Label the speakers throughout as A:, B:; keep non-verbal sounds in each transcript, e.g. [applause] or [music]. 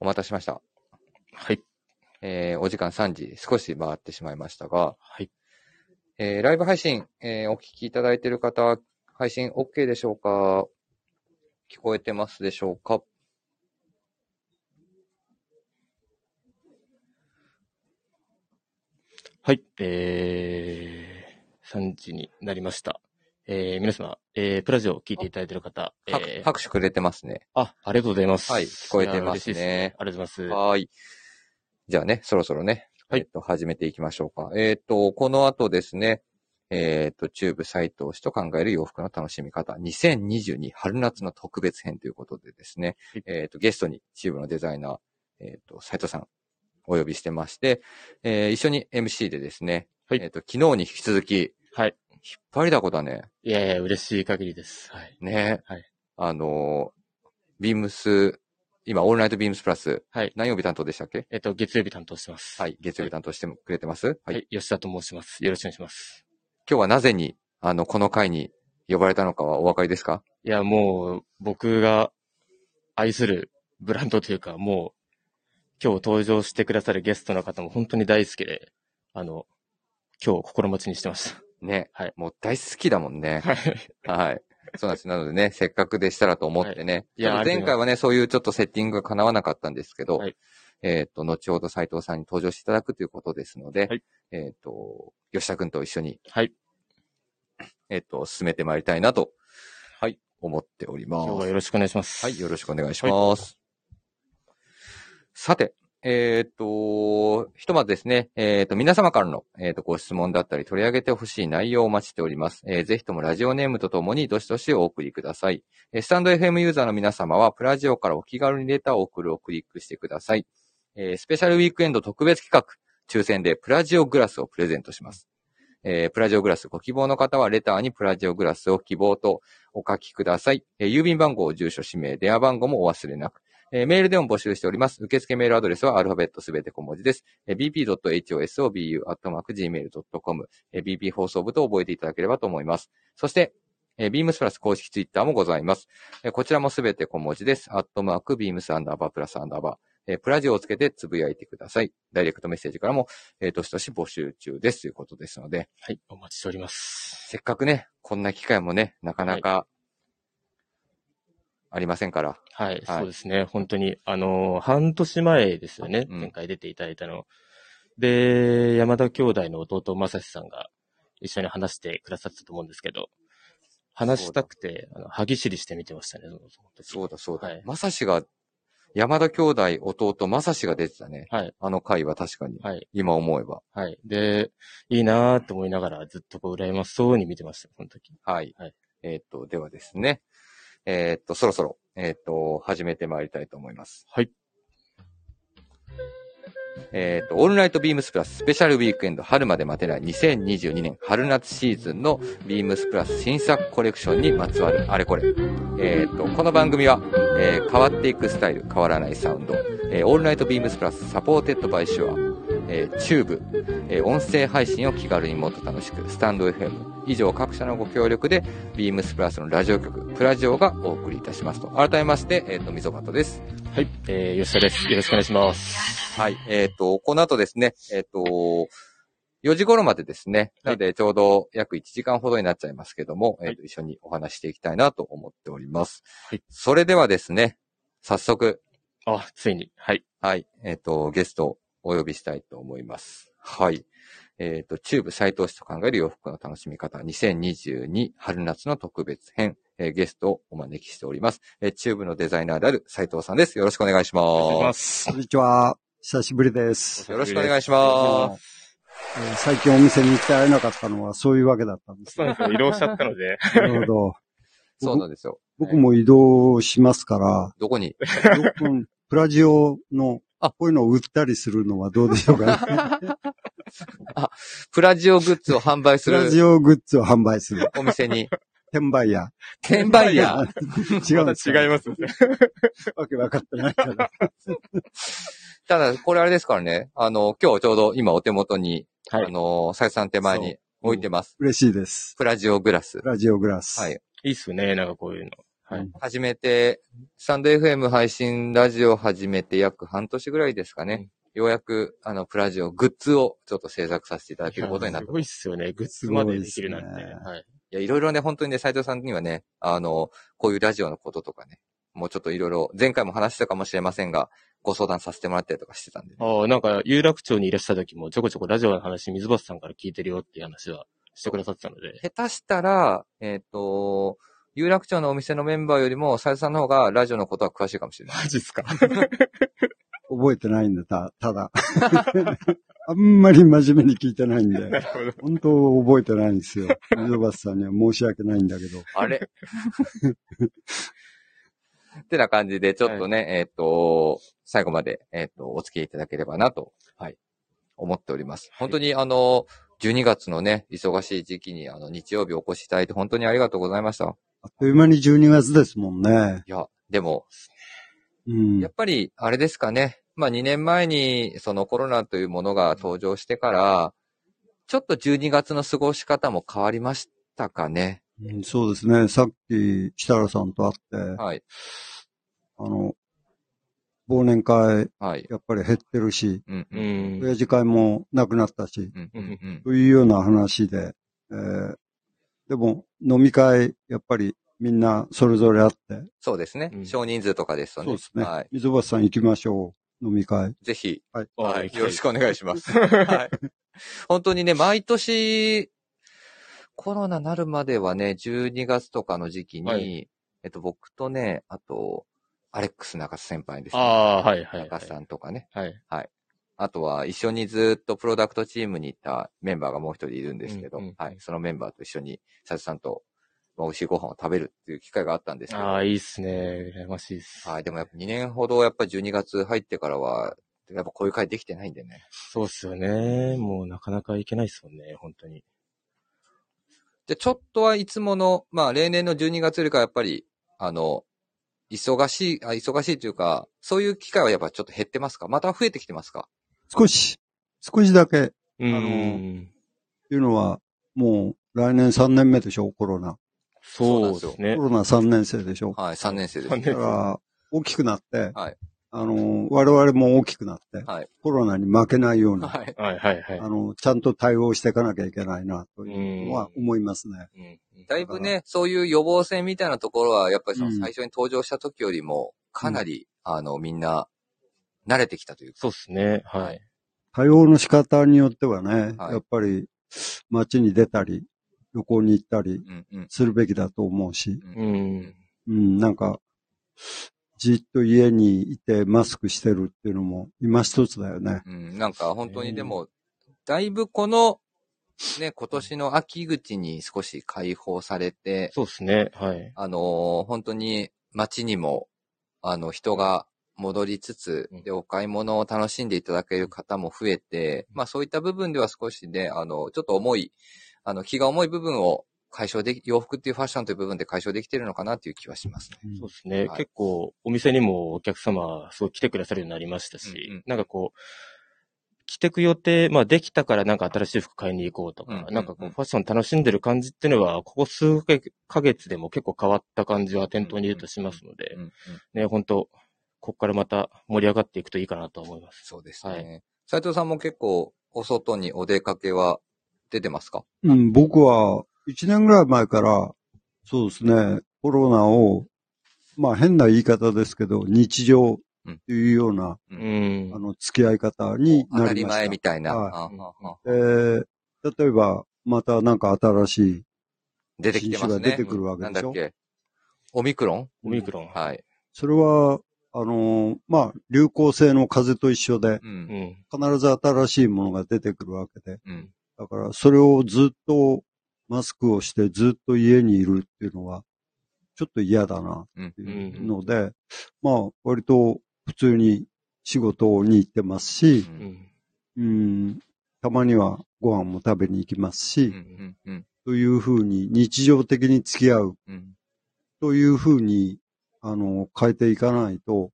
A: お待たせしました。
B: はい。
A: えーお時間3時、少し回ってしまいましたが、
B: はい。
A: えーライブ配信、えーお聞きいただいている方、配信 OK でしょうか聞こえてますでしょうか
B: はい。えー、3時になりました。えー、皆様、えー、プラジオを聞いていただいている方、え
A: 拍
B: ー、
A: 拍手くれてますね。
B: あ、ありがとうございます。
A: はい聞こえてますね
B: いや嬉しいでありがとうございます。
A: はーい。じゃあね、そろそろね、
B: はい
A: えっと、始めていきましょうか。えっ、と、この後ですね、えっ、と、チューブ斎藤氏と考える洋服の楽しみ方、2022春夏の特別編ということでですね、
B: はい
A: えっ、と、ゲストにチューブのデザイナー、えっ、と、斎藤さん、お呼びしてまして、えー一緒に MC でですね、
B: はい
A: えっ、と、昨日に引き続き、
B: はい。
A: 引っ張りだこだね。
B: いやいや、嬉しい限りです。はい。
A: ね。
B: はい
A: あのービームス、今、オールナイトビームスプラス、
B: はい。
A: 何曜日担当でしたっけ
B: えっと、月曜日担当してます。。
A: はいい、月曜日担当してくれてます。は。
B: はいい。吉田と申します。よろしくお願いします。
A: 今日はなぜに、あの、この回に呼ばれたのかはお分かりですか
B: いや、もう、僕が愛するブランドというか、もう、今日登場してくださるゲストの方も本当に大好きで、あの、今日心待ちにしてまし
A: ね。
B: はい
A: もう大好きだもんね [laughs]
B: た。。はい。
A: はい。そうなんです。なので
B: [laughs]
A: ね、せっかくでしたらと思ってね。
B: いいや
A: ただ前
B: ありがとうございます
A: 回はね、そういうちょっとセッティングが叶わなかったんですけど、
B: はい
A: えっ、と、後ほど斉藤さんに登場していただくということですので、
B: はい
A: えっ、と、吉田くんと一緒に、
B: はい。
A: えっ、と、進めてまいりたいなと、はい、思っておりま
B: 今日
A: す
B: は。よろしくお願いします。
A: はい、よろ
B: し
A: しくお願いします。さて、えっ、と、ひとまずですね、えっ、と、皆様からの、えー、とご質問だったり取り上げてほしい内容をお待ちしております。えーぜひともラジオネームとともにどしどしお送りください。えースタンド FM ユーザーの皆様は、プラジオからお気軽にレターを送るをクリックしてください。えースペシャルウィークエンド特別企画、抽選でプラジオグラスをプレゼントします。えープラジオグラスご希望の方は、レターにプラジオグラスを希望とお書きください。えー郵便番号、住所、氏名、電話番号もお忘れなく。えーメールでも募集しております。受付メールアドレスはアルファベットすべて小文字です。えー bp.hosobu.gmail.com、えー bp 放送部と覚えていただければと思います。そして、えー、beams プラス公式ツイッターもございます。えーこちらもすべて小文字です。アットマーク、beams アンダーバープラスアンダーバー。えープラジオをつけてつぶやいてください。ダイレクトメッセージからも、えー、どしどし募集中ですということですので、
B: く。はい。お待ちしております。
A: せっかくね、こんな機会もね、なかなかありませんから。
B: はい。そうですね。本当に、あのー、半年前ですよね。
A: うん
B: 前回出ていただいたの。で、山田兄弟の弟正志さんが一緒に話してくださったと思うんですけど、話したくて、あの歯ぎしりしてみてましたね。その時
A: そうだそうだ
B: はい。
A: まさしが、山田兄弟、弟、まさしが出てたね。
B: はい。
A: あの回は確かに、
B: はい。
A: 今思えば。
B: はい。で、いいなーって思いながら、ずっとこう、羨ましそうに見てました、その時。
A: はい。
B: はい
A: えーっと、ではですね。えーっと、そろそろ、えーっと、始めてまいりたいと思います。
B: はい。
A: えーっと、オールナイトビームスプラススペシャルウィークエンド春まで待てない2022年春夏シーズンのビームスプラス新作コレクションにまつわるあれこれ。えーっと、この番組は、えー変わっていくスタイル、変わらないサウンド、えーオールナイトビームスプラスサポーテッドバイシュア、えーチューブ、えー音声配信を気軽にもっと楽しく、スタンド FM、以上各社のご協力で、ビームスプラスのラジオ局、プラジオがお送りいたしますと。改めまして、えっ、と、みぞぱとです。
B: はい。えー、吉田です。よろしくお願いします。
A: はい。えっ、と、この後ですね、えっ、と、4時頃までですね。なので、ちょうど約1時間ほどになっちゃいますけども、
B: はい
A: えっ、と、一緒にお話していきたいなと思っております。
B: はい
A: それではですね、早速、
B: あ、ついに。はい。
A: はい。えっ、と、ゲストをお呼びしたいと思います。はい。えっ、と、チューブ斎藤氏と考える洋服の楽しみ方、2022春夏の特別編、えーゲストをお招きしております。えーチューブのデザイナーである斎藤さんです。よろしくお願いし
B: お願いし
A: ま。
B: ますす
C: こ。んにちは。久しぶりです。
A: よろしくお願いします
C: えー最近お店に行って会えなかったのはそういうわけだったんです
B: そうなんですよ。移動しちゃったので。
C: なるほど。
A: そうなんですよ。
C: 僕も移動しますか
A: どこに
C: ら、よくプラジオの
A: あ
C: こういうのを売ったりするのはどうでしょうか、
A: プラジオグッズを販売す
C: プラジ
A: る
C: オグッズを販売する。
A: お店に、
C: 転売屋。
A: 転売屋。
C: [laughs] 違うん
B: ま
C: です
B: た違い
C: よ。
B: ますね。
C: わけ分かってないから。
A: [laughs]
C: [laughs]
A: ただ、これあれですからね、あの、今日ちょうど今お手元に、
B: は
A: あの、斉藤さん手前に置いてます。
C: 嬉しいです。
A: プラジオグラス
C: プ。ラジオグラス。
A: はい。
B: いいっすね、なんかこういうの。はい。
A: 始めて、スタンド FM 配信ラジオ始めて約半年ぐらいですかね。ようやく、あの、プラジオグッズをちょっと制作させていただけることになっ
B: す
A: た。い
B: ごいっすよね。グッズまでできるなんて。
C: すごいっすね
B: はい。
A: や、いろいろね、本当にね、斉藤さんにはね、あの、こういうラジオのこととかね、もうちょっといろいろ、前回も話したかもしれませんが、ご相談させてもらったりとかしてたんで、ね、
B: ああ、なんか、有楽町にいらした時も、ちょこちょこラジオの話、水橋さんから聞いてるよっていう話はしてくださってたので。
A: 下手したら、えっ、と、有楽町のお店のメンバーよりも、斉藤さんの方がラジオのことは詳しいかもしれない。
B: マジっすか
C: 覚えてないんだ、た、ただ。 [laughs] あんまり真面目に聞いてないんで、本当覚えてないん
A: [laughs]
C: ですよ。水橋さんには申し訳ないんだけど。
A: あ
C: [laughs]
A: れってな感じで、ちょっとね、えっ、と、最後まで、えっ、と、お付き合いいただければなと、はい、思っております。本当に、あの、12月のね、忙しい時期に、あの、日曜日お越しいただいて、本当にありがとうございました。
C: あっという間に12月ですもんね。
A: いや、でも、
C: うん
A: や。っぱり、あれですかね。まあ、2年前に、そのコロナというものが登場してから、ちょっと12月の過ごし方も変わりましたかね。
C: うんそうですね。さっき、設楽さんと会って、
A: はい、
C: あの、忘年会、
A: はい。
C: やっぱり減ってるし、
A: うん、う、
B: [laughs] うんん。
C: 親父会もなくなったし、
A: うん、うん、うん。
C: というような話で、えーでも、飲み会、やっぱりみんなそれぞれあって、
A: そうですね
B: う。ん
A: 少人数とかですとね。
C: そうですね。
A: はい。
C: 水橋さん行きましょう。飲み会。
A: ぜひ、
B: ああ
A: はい、よろし
B: く。
A: くお願いし
B: [laughs]
A: ます。はい。本当にね、毎年、コロナなるまではね、12月とかの時期に、
B: は
A: えっと、僕とね、あと、アレックス中津先輩です、
B: あ
A: ね。
B: あ、はいはい、
A: 中津さんとかね。
B: はい。
A: あとは、一緒にずっとプロダクトチームに行ったメンバーがもう一人いるんですけど、
B: うんうんうん
A: はい。そのメンバーと一緒に、佐藤さんと、まあ、美味しいご飯を食べるっていう機会があったんですけど、
B: ああ、いいっすね。羨ましいっす。
A: はい。でもやっぱ2年ほど、やっぱ12月入ってからは、やっぱこういう会できてないんでね。
B: そうっすよね。もうなかなか行けないっすもんね、本当に。
A: じゃあちょっとはいつもの、まあ例年の12月よりかはやっぱり、あの、忙しい、あ忙しいというか、そういう機会はやっぱちょっと減ってますかまた増えてきてますか
C: 少し、少しだけ、っ
B: う
C: の
B: ん。
C: ていうのは、もう来年3年目でしょ、コロナ。
B: そうですね
C: コ。ロナ3年生でしょ。
A: はい、3年生です。
B: 三
C: だ
B: 年
C: から、大きくなって、
A: はい
C: あの、我々も大きくなって、
A: はい
C: コロナに負けないように、
A: はい。
B: はいはいはい
C: あ。の、ちゃんと対応していかなきゃいけないな、というのは思いますね。
B: うん
A: だいぶね、そういう予防線みたいなところは、やっぱりその最初に登場した時よりも、かなり、あの、みんな、慣れてきたというか。
B: そうっすね。は
A: はいい。
C: 対応の仕方によってはね、
A: はい
C: やっぱり街に出たり、旅行に行ったり
A: うんうん。
C: するべきだと思うし、
A: う
B: うんん。
C: うん、なんか、じっと家にいてマスクしてるっていうのも今一つだよね。
A: うん、なんか本当にでも、だいぶこの、ね、今年の秋口に少し解放されて、
B: そうっすね。はい。
A: あのー本当に街にも、あの、人が戻りつつ
B: うん、
A: で、お買い物を楽しんでいただける方も増えて、まあそういった部分では少しね、あの、ちょっと重い、あの、気が重い部分を解消でき、洋服っていうファッションという部分で解消できてるのかなっていう気はしますね。
B: そうですね。
A: はい
B: 結構、お店にもお客様、すごい来てくださるようになりましたし、
A: うんうん
B: なんかこう、着てく予定、まあできたからなんか新しい服買いに行こうとか、
A: うんうんうん
B: なんかこう、ファッション楽しんでる感じっていうのは、ここ数ヶ月でも結構変わった感じは店頭にいるとしますので
A: う、んうん、
B: ね、本当ここからまた盛り上がっていくといいかなと思います。
A: そうですね。
B: はい
A: 斉藤さんも結構、お外にお出かけは出てますか
C: うん、僕は1年ぐらい前から、そうですね、コロナを、まあ変な言い方ですけど、日常というような、
A: う
B: うんん。
C: あの、付き合い方に
A: 当
C: な
A: た
C: り
A: り
C: ました。
A: 前みたいな。
C: はい
A: あ
B: うん
A: ああ
C: えー例えば、またなんか新しい、
A: 出てきてます
C: 新種が
A: ね。
C: 出てくるわけでしょ
A: なんだっけオミクロン
B: オミクロン。
A: はい。
C: それは、あのーまあ、流行性の風邪と一緒で、
A: う。
B: うんん。
C: 必ず新しいものが出てくるわけで、
A: うん。
C: だから、それをずっと、マスクをしてずっと家にいるっていうのは、ちょっと嫌だな、
A: うん
C: っていうので、まあ、割と普通に仕事に行ってますし、
B: う
A: うん
B: ん。
C: うん、たまにはご飯も食べに行きますし、
A: うん。うん。
C: というふうに日常的に付き合う
A: うん。
C: というふうに、あの、変えていかないと、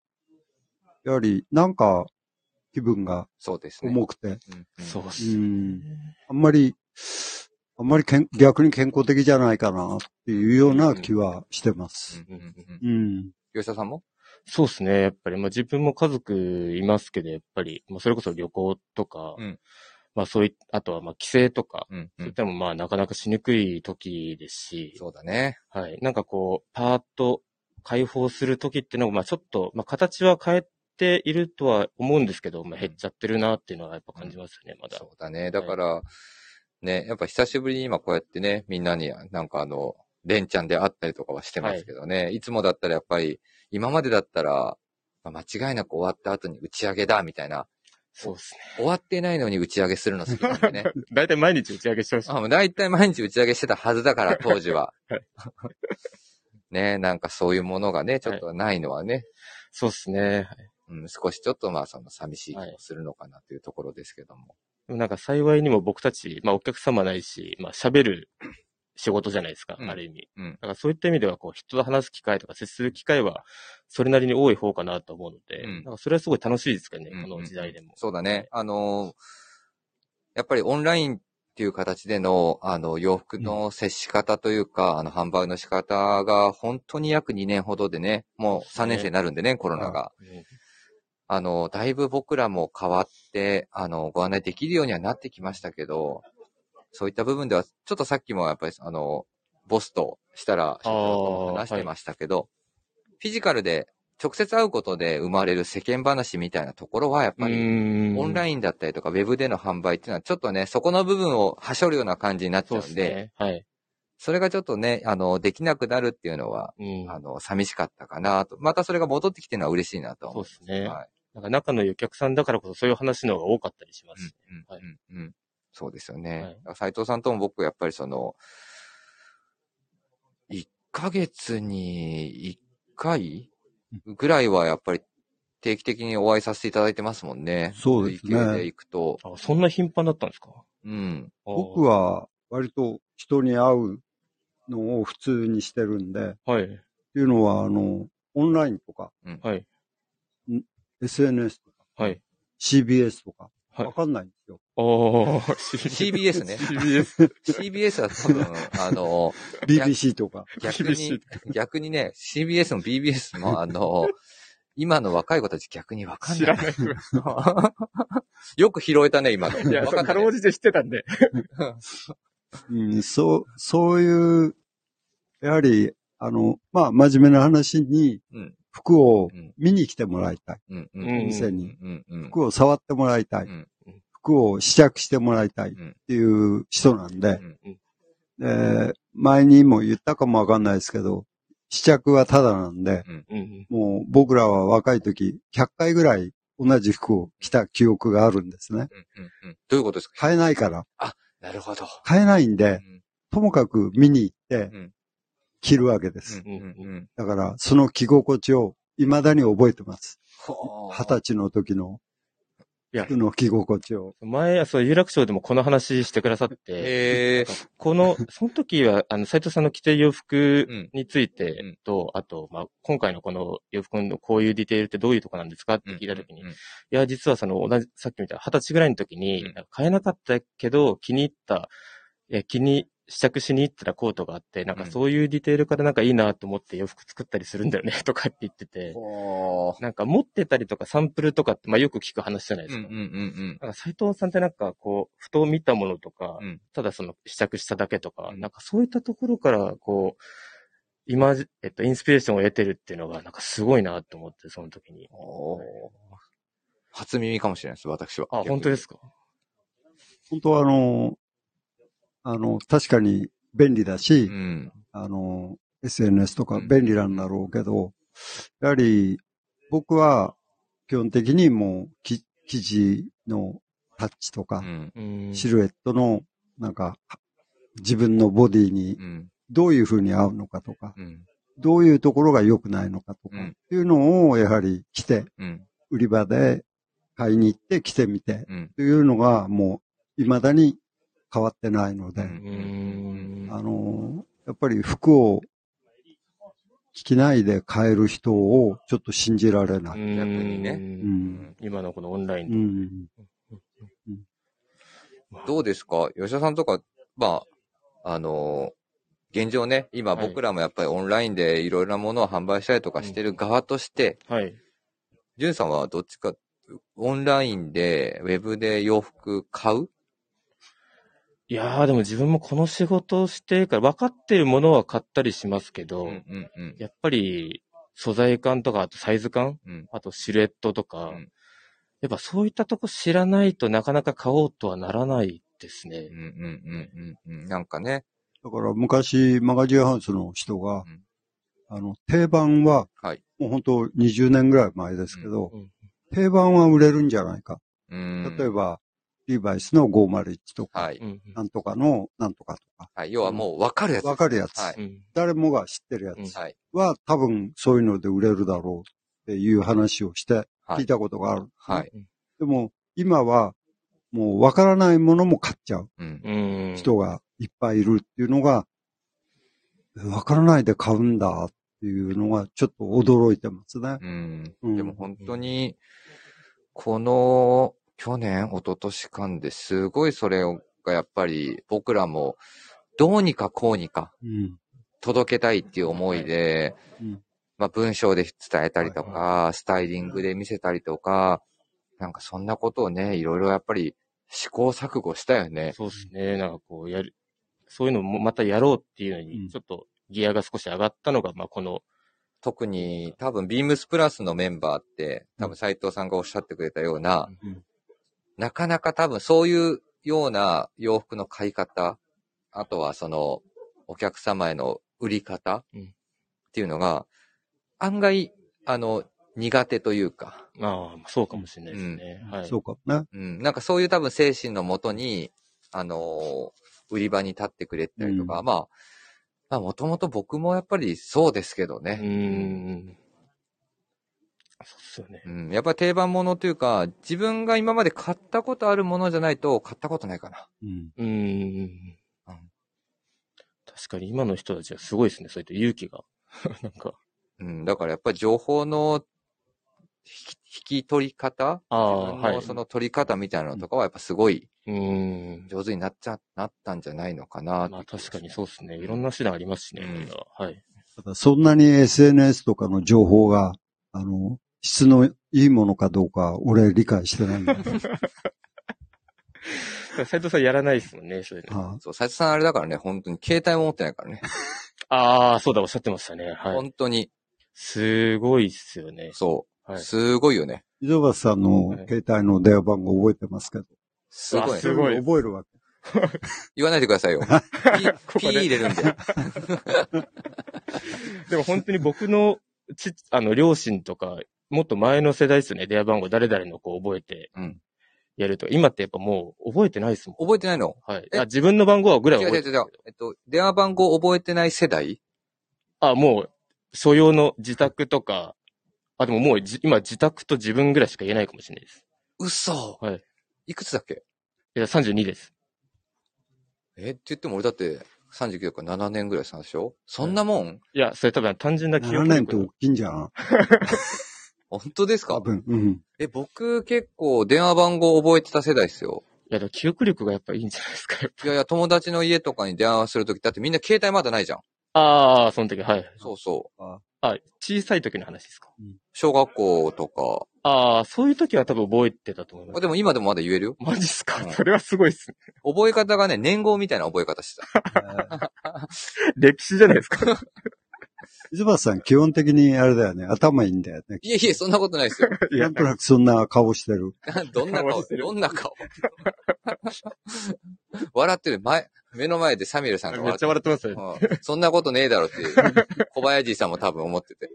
C: やはりなんか気分が
A: そうですね。
C: 重くて、
A: うんうん
B: そうっ
C: う
B: すね。
C: ん、あんまりあんまりけん逆に健康的じゃないかなっていうような気はしてます。
A: うんうんうんうん
C: うん。
A: 吉田さんも
B: そうですね。やっぱり、まあ自分も家族いますけど、やっぱり、まあそれこそ旅行とか、
A: うん
B: まあそういあとはまあ帰省とか、
A: うんう
B: そういっ
A: ん。
B: たのもまあなかなかしにくい時ですし、
A: そうだね。
B: はい。なんかこう、パーッと解放する時っていうのが、まあちょっと、まあ形は変えているとは思うんですけど、まあ減っちゃってるなっていうのはやっぱ感じますよね、まだ。
A: そうだね。だから、ね、やっぱ久しぶりに今こうやってね、みんなになんかあの、レンちゃんで会ったりとかはしてますけどね、い、つもだったらやっぱり、今までだったら、まあ間違いなく終わった後に打ち上げだ、みたいな。
B: そうですね。
A: 終わってないのに打ち上げするの好きなん [laughs] でね。
B: だいたい毎日打ち上げしてました。
A: あもう大体毎日打ち上げしてたはずだから、当時は。
B: は
A: [laughs] ね、なんかそういうものがね、ちょっとないのはね、
B: そうですね。
A: うん、少しちょっとまあその寂しい気もするのかなというところですけども。
B: でもなんか幸いにも僕たち、まあお客様ないし、まあ喋る仕事じゃないですか、
A: うん
B: ある意味。
A: うん
B: だからそういった意味では、こう人と話す機会とか接する機会は、それなりに多い方かなと思うので、
A: うん
B: なんかそれはすごい楽しいですかね、
A: うん
B: この時代でも。
A: そうだね。あのー、やっぱりオンラインっていう形での、あの、洋服の接し方というか、あの、販売の仕方が、本当に約2年ほどでね、もう3年生になるんでね、コロナが。
B: うん
A: あの、だいぶ僕らも変わって、あの、ご案内できるようにはなってきましたけど、そういった部分では、ちょっとさっきもやっぱり、あの、ボスとしたら、社長とも話してましたけど、フィジカルで直接会うことで生まれる世間話みたいなところは、やっぱり、オンラ
B: イン
A: インだったりとか、ウェブでの販売っていうのは、ちょっとね、そこの部分をはしょるような感じになっち
B: そ
A: ゃう
B: うで
A: ん
B: す
A: で、
B: ね。はい。
A: それがちょっとね、あの、できなくなるっていうのは、
B: うん。
A: あの、寂しかったかなと。またそれが戻ってきてるのは嬉しいなと
B: そ
A: 思
B: う
A: う。
B: ですね。
A: はい。
B: なんか仲のいいお客さんだからこそそういう話の方が多かったりしますし。
A: うん、うん、うん、うん。そうですよね。
B: はい
A: だから斉藤さんとも僕、やっぱりその、1ヶ月に1回ぐらいはやっぱり定期的にお会いさせていただいてますもんね。
C: そうですね
A: 勢いで行くと。
B: あ、そんな頻繁だったんですか
A: うん。
C: 僕
B: は、
C: は割と人に会うのを普通にしてるんで、っ
B: はい。
C: ていうのは、あの、オンラインとか、
B: はい。
C: SNS とか、
B: はい。
C: CBS とか、
B: はい
C: わかんないんですよ。
B: おー、CBS
A: [laughs] CBS ね。
B: CBS。
A: CBS は多分、あの、
C: BBC とか。
A: 逆
B: CBS
A: に、逆にね、CBS も BBS も、あの、今の若い子たち逆にわかん
B: 知
A: な
B: ら
A: い。
B: な
A: [laughs]
B: い。
A: よく拾えたね、今の。
B: いや、
A: わ
B: そう
A: か
B: か
A: ん
B: ろ
A: な
B: う
A: い。
B: じて知ってたんで。
C: うん、そう、そういう、やはり、あの、まあ、真面目な話に
A: うん、
C: 服を
A: うん、
C: 見に来てもらいたい。
A: うん、う、
B: うんん。
C: 店に。
A: うん、うん。
C: 服を触ってもらいた
A: う
C: い。
A: ん、
C: 服を試着してもらいたいっ
A: うん
C: ていう人なん
A: う
C: で、
A: ん、
C: で前にも言ったかもわかんないですけど、試着はただなんで、
B: うん。
C: もう僕らは若い時、100回ぐらい同じ服を着た記憶があるんですね。
A: うん、うん。どういうことですか
C: 買えないから。
A: なるほど。
C: 買えないん
A: う
C: で、
A: ん
C: ともかく見に行っ
A: う
C: て
A: ん、
C: 着るわけで
A: う
C: す。
A: ん、うん、うん。
C: だから、その着心地を未だに覚えてます。
A: ほ
C: 二十歳の時の
B: いや
C: 服の着心地を。
B: 前、そう、有楽町でもこの話してくださって、
A: へえ。
B: この、その時は、あの、斉藤さんの着ている洋服
A: うん
B: につい
A: うん
B: てと、あと、まあ、今回のこの洋服のこういうディテールってどういうとこなんですかって聞いた時に、
A: うん
B: いや、実はその、同じ、さっきみたいな二十歳ぐらいの時に
A: うん、
B: 買えなかったけど、気に入った、え、気に、試着しに行ったらコートがあって、なんか
A: うん
B: そういうディテールからなんかいいなと思って洋服作ったりするんだよね、とかって言ってて、
A: ほー
B: なんか持ってたりとかサンプルとかって、まあよく聞く話じゃないで
A: うん、
B: す
A: うん、
B: か。
A: うん、
B: なんか斉藤さんってなんかこう、ふと見たものとか、
A: うん
B: ただその試着しただけとか、
A: うん
B: なんかそういったところから、こう、今、えっと、インスピレーションを得てるっていうのが、なんかすごいなと思って、その時に。
A: うん。おー初耳かもしれないです、私は。。
B: あ、本当ですすか
C: 本当はあの、あの、確かに便利だし、
A: うん。
C: あの、SNS とか便利なんだろうけど、やはり僕は基本的にもうき生地のタッチと
A: う
C: か、
A: ん。
B: うん。
C: シルエットのなんか自分のボディに
A: うん。
C: どういう風に合うのかとか、
A: うん。
C: どういうところが良くないのかとか、
A: うん
C: っていうのをやはり着て、
A: うん。
C: 売り場で買いに行って着てみて、
A: うん。
C: というのがもう未だに変わってないので、
A: うん
B: うん。
C: あのーやっぱり服を着ないで買える人をちょっと信じられな
A: 逆
C: い。
A: にね
C: う
B: ね。
C: ん。
B: 今のこのオンライ
C: う
B: ン。
C: ん。
A: どうですか吉田さんとか、まあ、あの、現状ね、今
B: はい
A: 僕らもやっぱりオンラインでいろいろなものを販売したりとかしてる側として、
B: はい。
A: ジュンさんはどっちか、オンラインで、ウェブで洋服買う
B: いやー、でも自分もこの仕事をしてから、分かってるものは買ったりしますけ
A: う
B: ど、
A: んうん。
B: やっぱり、素材感とか、あとサイズ感、
A: うん
B: あとシルエットとか、
A: うん
B: やっぱそういったとこ知らないとなかなか買おうとはならないですね
A: うんう。んうんうんうん。なんかね、
C: だから昔、マガジンハウスの人が、
A: うん
C: あの、定番は、
A: はい
C: もう本当20年ぐらい前ですけど、
B: うんうん
C: 定番は売れるんじゃないか。
A: うん。
C: 例えば、リーバイスの501とか、
A: はい。
B: うん
C: なんとかのなんとかとか、
A: はい。要はもう分かるやつ。
C: わかるやつ、
A: は
B: うんうん
C: 誰もが知ってるや
B: うん
C: つ
A: はい。
C: は、多分そういうので売れるだろうっていう話をして、
A: はい
C: 聞いたことがある。
A: はい。
C: でも、今は、もうわからないものも買っちゃう
A: うん。
B: うん
C: 人がいっぱいいるっていうのが、わからないで買うんだっていうのがちょっと驚いてますね。
A: うん。
C: うん
A: でも本当に、この去年、一昨年間ですごいそれがやっぱり僕らもどうにかこうにか
C: うん。
A: 届けたいっていう思いで、
C: うん
A: まあ文章で伝えたりとか、スタイリングで見せたりとか、なんかそんなことをね、いろいろやっぱり試行錯誤したよね。
B: そうですね。なんかこう、やる、そういうのもまたやろうっていうの
C: うん
B: に、ちょっとギアが少し上がったのが、まあこの、
A: 特に多分ビームスプラスのメンバーって、多分斉藤さんがおっしゃってくれたような、なかなか多分そういうような洋服の買い方、あとはそのお客様への売り方
B: うん
A: っていうのが、案外、あの、苦手というか、
B: ああ、そうかもしれないですね。はい。
C: そうかもね。
A: うん、なんかそういう多分精神のもとに、あのー売り場に立ってくれたりとか、
C: うん
A: まあ、まあもともと僕もやっぱりそうですけど
B: う
A: ね、
B: ん。そうっすよね。
A: うん、やっぱり定番ものというか、自分が今まで買ったことあるものじゃないと買ったことないかな。
C: うん。
B: うん。確かに今の人たちはすごいですね。そういった勇気が。 [laughs] なんか、
A: うん、だからやっぱり情報の引き引き取り方
B: ああ
A: 自分の
B: はい
A: その取り方みたいなのとかはやっぱすごい
B: うん。
A: 上手になっちゃ、なったんじゃないのかなって
B: まあ確かにそうですね。いろんな手段ありますしね。
A: うん
B: 今はい。
C: ただそんなに SNS とかの情報が、あの、質のいいものかどうか、俺理解してないんだ
B: [laughs]
C: けど。
B: 斉藤さんやらないですもんね、そういうの。
C: は
A: そう、斉藤さんあれだからね、本当に携帯も持ってないからね。
B: ああ、そうだ、おっしゃってましたね。はい。
A: 本当に、
B: すごいっすよね。
A: そ
B: は
A: う、
B: い。
A: すごいよね。
C: い溝端さんの携帯の電話番号覚えてますけど。
A: すごい、
B: あすごい
C: 覚えるわけ。
A: 言わないでくだ
B: [laughs]
A: さいよ。ピ
B: こ
A: ーピ
B: こ
A: ー
B: で
A: 入れるんで。
B: でも本当に僕のち、あの、両親とか、もっと前の世代ですよね。電話番号誰々の子覚えて
A: うん。
B: やるとか。今ってやっぱもう覚えてないですもん。
A: 覚えてないの
B: はい。
A: え
B: あ、自分の番号はぐらい
A: 違
B: は
A: う
B: 覚
A: 違う
B: えて
A: 違う。えっと、電話番号覚えてない世代
B: あ、もう、所用の自宅とか、あ、でももうじ今自宅と自分ぐらいしか言えないかもしれないです。
A: 嘘。
B: はい。
A: いくつだっけ
B: いや、32です。
A: えって言っても俺だって39だから7年ぐらいしたんでしょそんなもん
B: いや、それ多分単純な記
C: 7
B: 憶
C: 年って
B: 力
C: 大きいんじゃん。
A: 本当です
C: 多
A: か
C: 分。うん。
A: え、僕結構電話番号覚えてた世代ですよ。
B: いや、でも記憶力がやっぱいいんじゃないですか。
A: いやいや、友達の家とかに電話するとき、だってみんな携帯まだないじゃん。
B: [laughs] ああ、その時、はい。
A: そうそう。
B: あ、小さい時の話ですか。
A: 小学校とか。
B: ああ、そういう時は多分覚えてたと思います。
A: あでも今でもまだ言えるよ。
B: マジっすか、
A: うん
B: それはすごいっすね。 [laughs]
A: 覚え方がね、年号みたいな覚え方してた。
B: 歴史じゃない [laughs] ですか。
C: 水端さん、基本的にあれだよね。頭いいんだよね。
A: いえいえ、そんなことないです
B: [laughs]
A: よ。
B: い
C: な
B: や
C: ん、となくそんな顔してる。
A: どんな
B: 顔
A: 顔
B: してる
A: どんな顔笑ってる。前、目の前でサミュエルさんが
B: め
A: 笑
B: っ
A: っ
B: ちゃ
A: てる。
B: 笑ってますよね。
A: うんそんなことねえだろって
C: [laughs]
A: いう。小林さんも多分思ってて。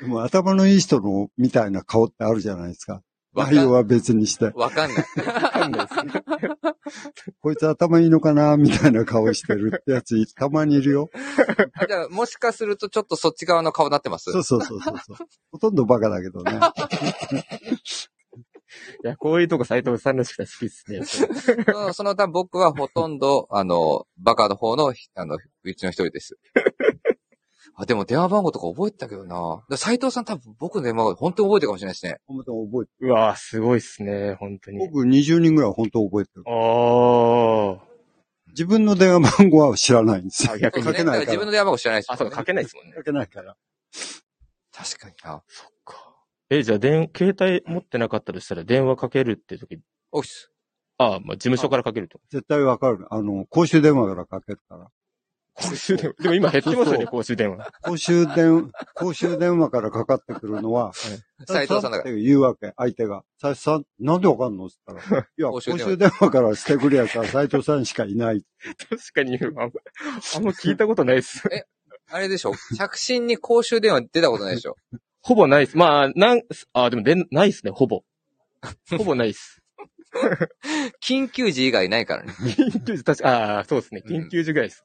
C: でも頭のいい人のみたいな顔ってあるじゃないですか。
A: わ
C: 内
A: か
C: 容
A: ん
C: は別にして。
A: わかんない。
C: こいつ頭いいのかなみたいな顔してるって
B: [laughs]
C: やつ、たまにいるよ。
A: あじゃあ、もしかするとちょっとそっち側の顔になってます
C: そうそうそうそう
B: [laughs]
C: そう。ほとんどバカだけどね。
B: いや、こういうとこ斎藤さんらしくて好きっすね。
A: そのその他僕
C: [laughs]
A: はほとんど、あの、バカの方の、ひあの、うちの一人です。あ、でも電話番号とか覚えてたけどな。斎藤さん多分僕の電話番号本当に覚えてるかもしれないですね。
C: 本当覚えて
B: うわぁ、すごいっすね、本当に
C: る。。僕20人ぐらい本当覚えてる。
B: あー。
C: 自分の電話番号は知らないんですよ。
B: あ逆にね
C: かけな
A: だ
C: いか
A: 自
C: ら。
A: 分の電話番号知らないです。
B: あ、そうか、かけないですもんね。
C: かけないから。
A: 確かにな。
B: え、じゃあ、電、携帯持ってなかったとしたら、電話かけるって時、
A: オフィス。
B: ああ、まあ、事務所からかけると。
C: 絶対わかる。あの、公衆電話からかけるから。
B: 公衆電話。でも今減ってますよね、公衆電話。
C: 公衆電、公衆電話からかかってくるのは、
A: 斎藤さんだ
C: っ
A: か
C: て
A: ら。
C: 言うわけ、相手が。斎藤さん、なんでわかんのって
A: [laughs]
C: 言ったら、いや、
A: 公
C: 公
A: 衆電話
C: 衆電話からしてくれやから斎藤さんしかいない。
B: 確かに、あんま、あんま聞いたことないです。
A: あれでし
C: [laughs]
A: ょ着信に公衆電話出たことないでしょ
B: [laughs] ほぼないっす。まあ、なん、あ、でもで、ないっすね、ほ [laughs] ぼ。ほぼないっす。
A: 緊急時以外ないからね。
B: 緊急時、確か、ああ、そうですね。
A: うん
B: 緊急時ぐらいです。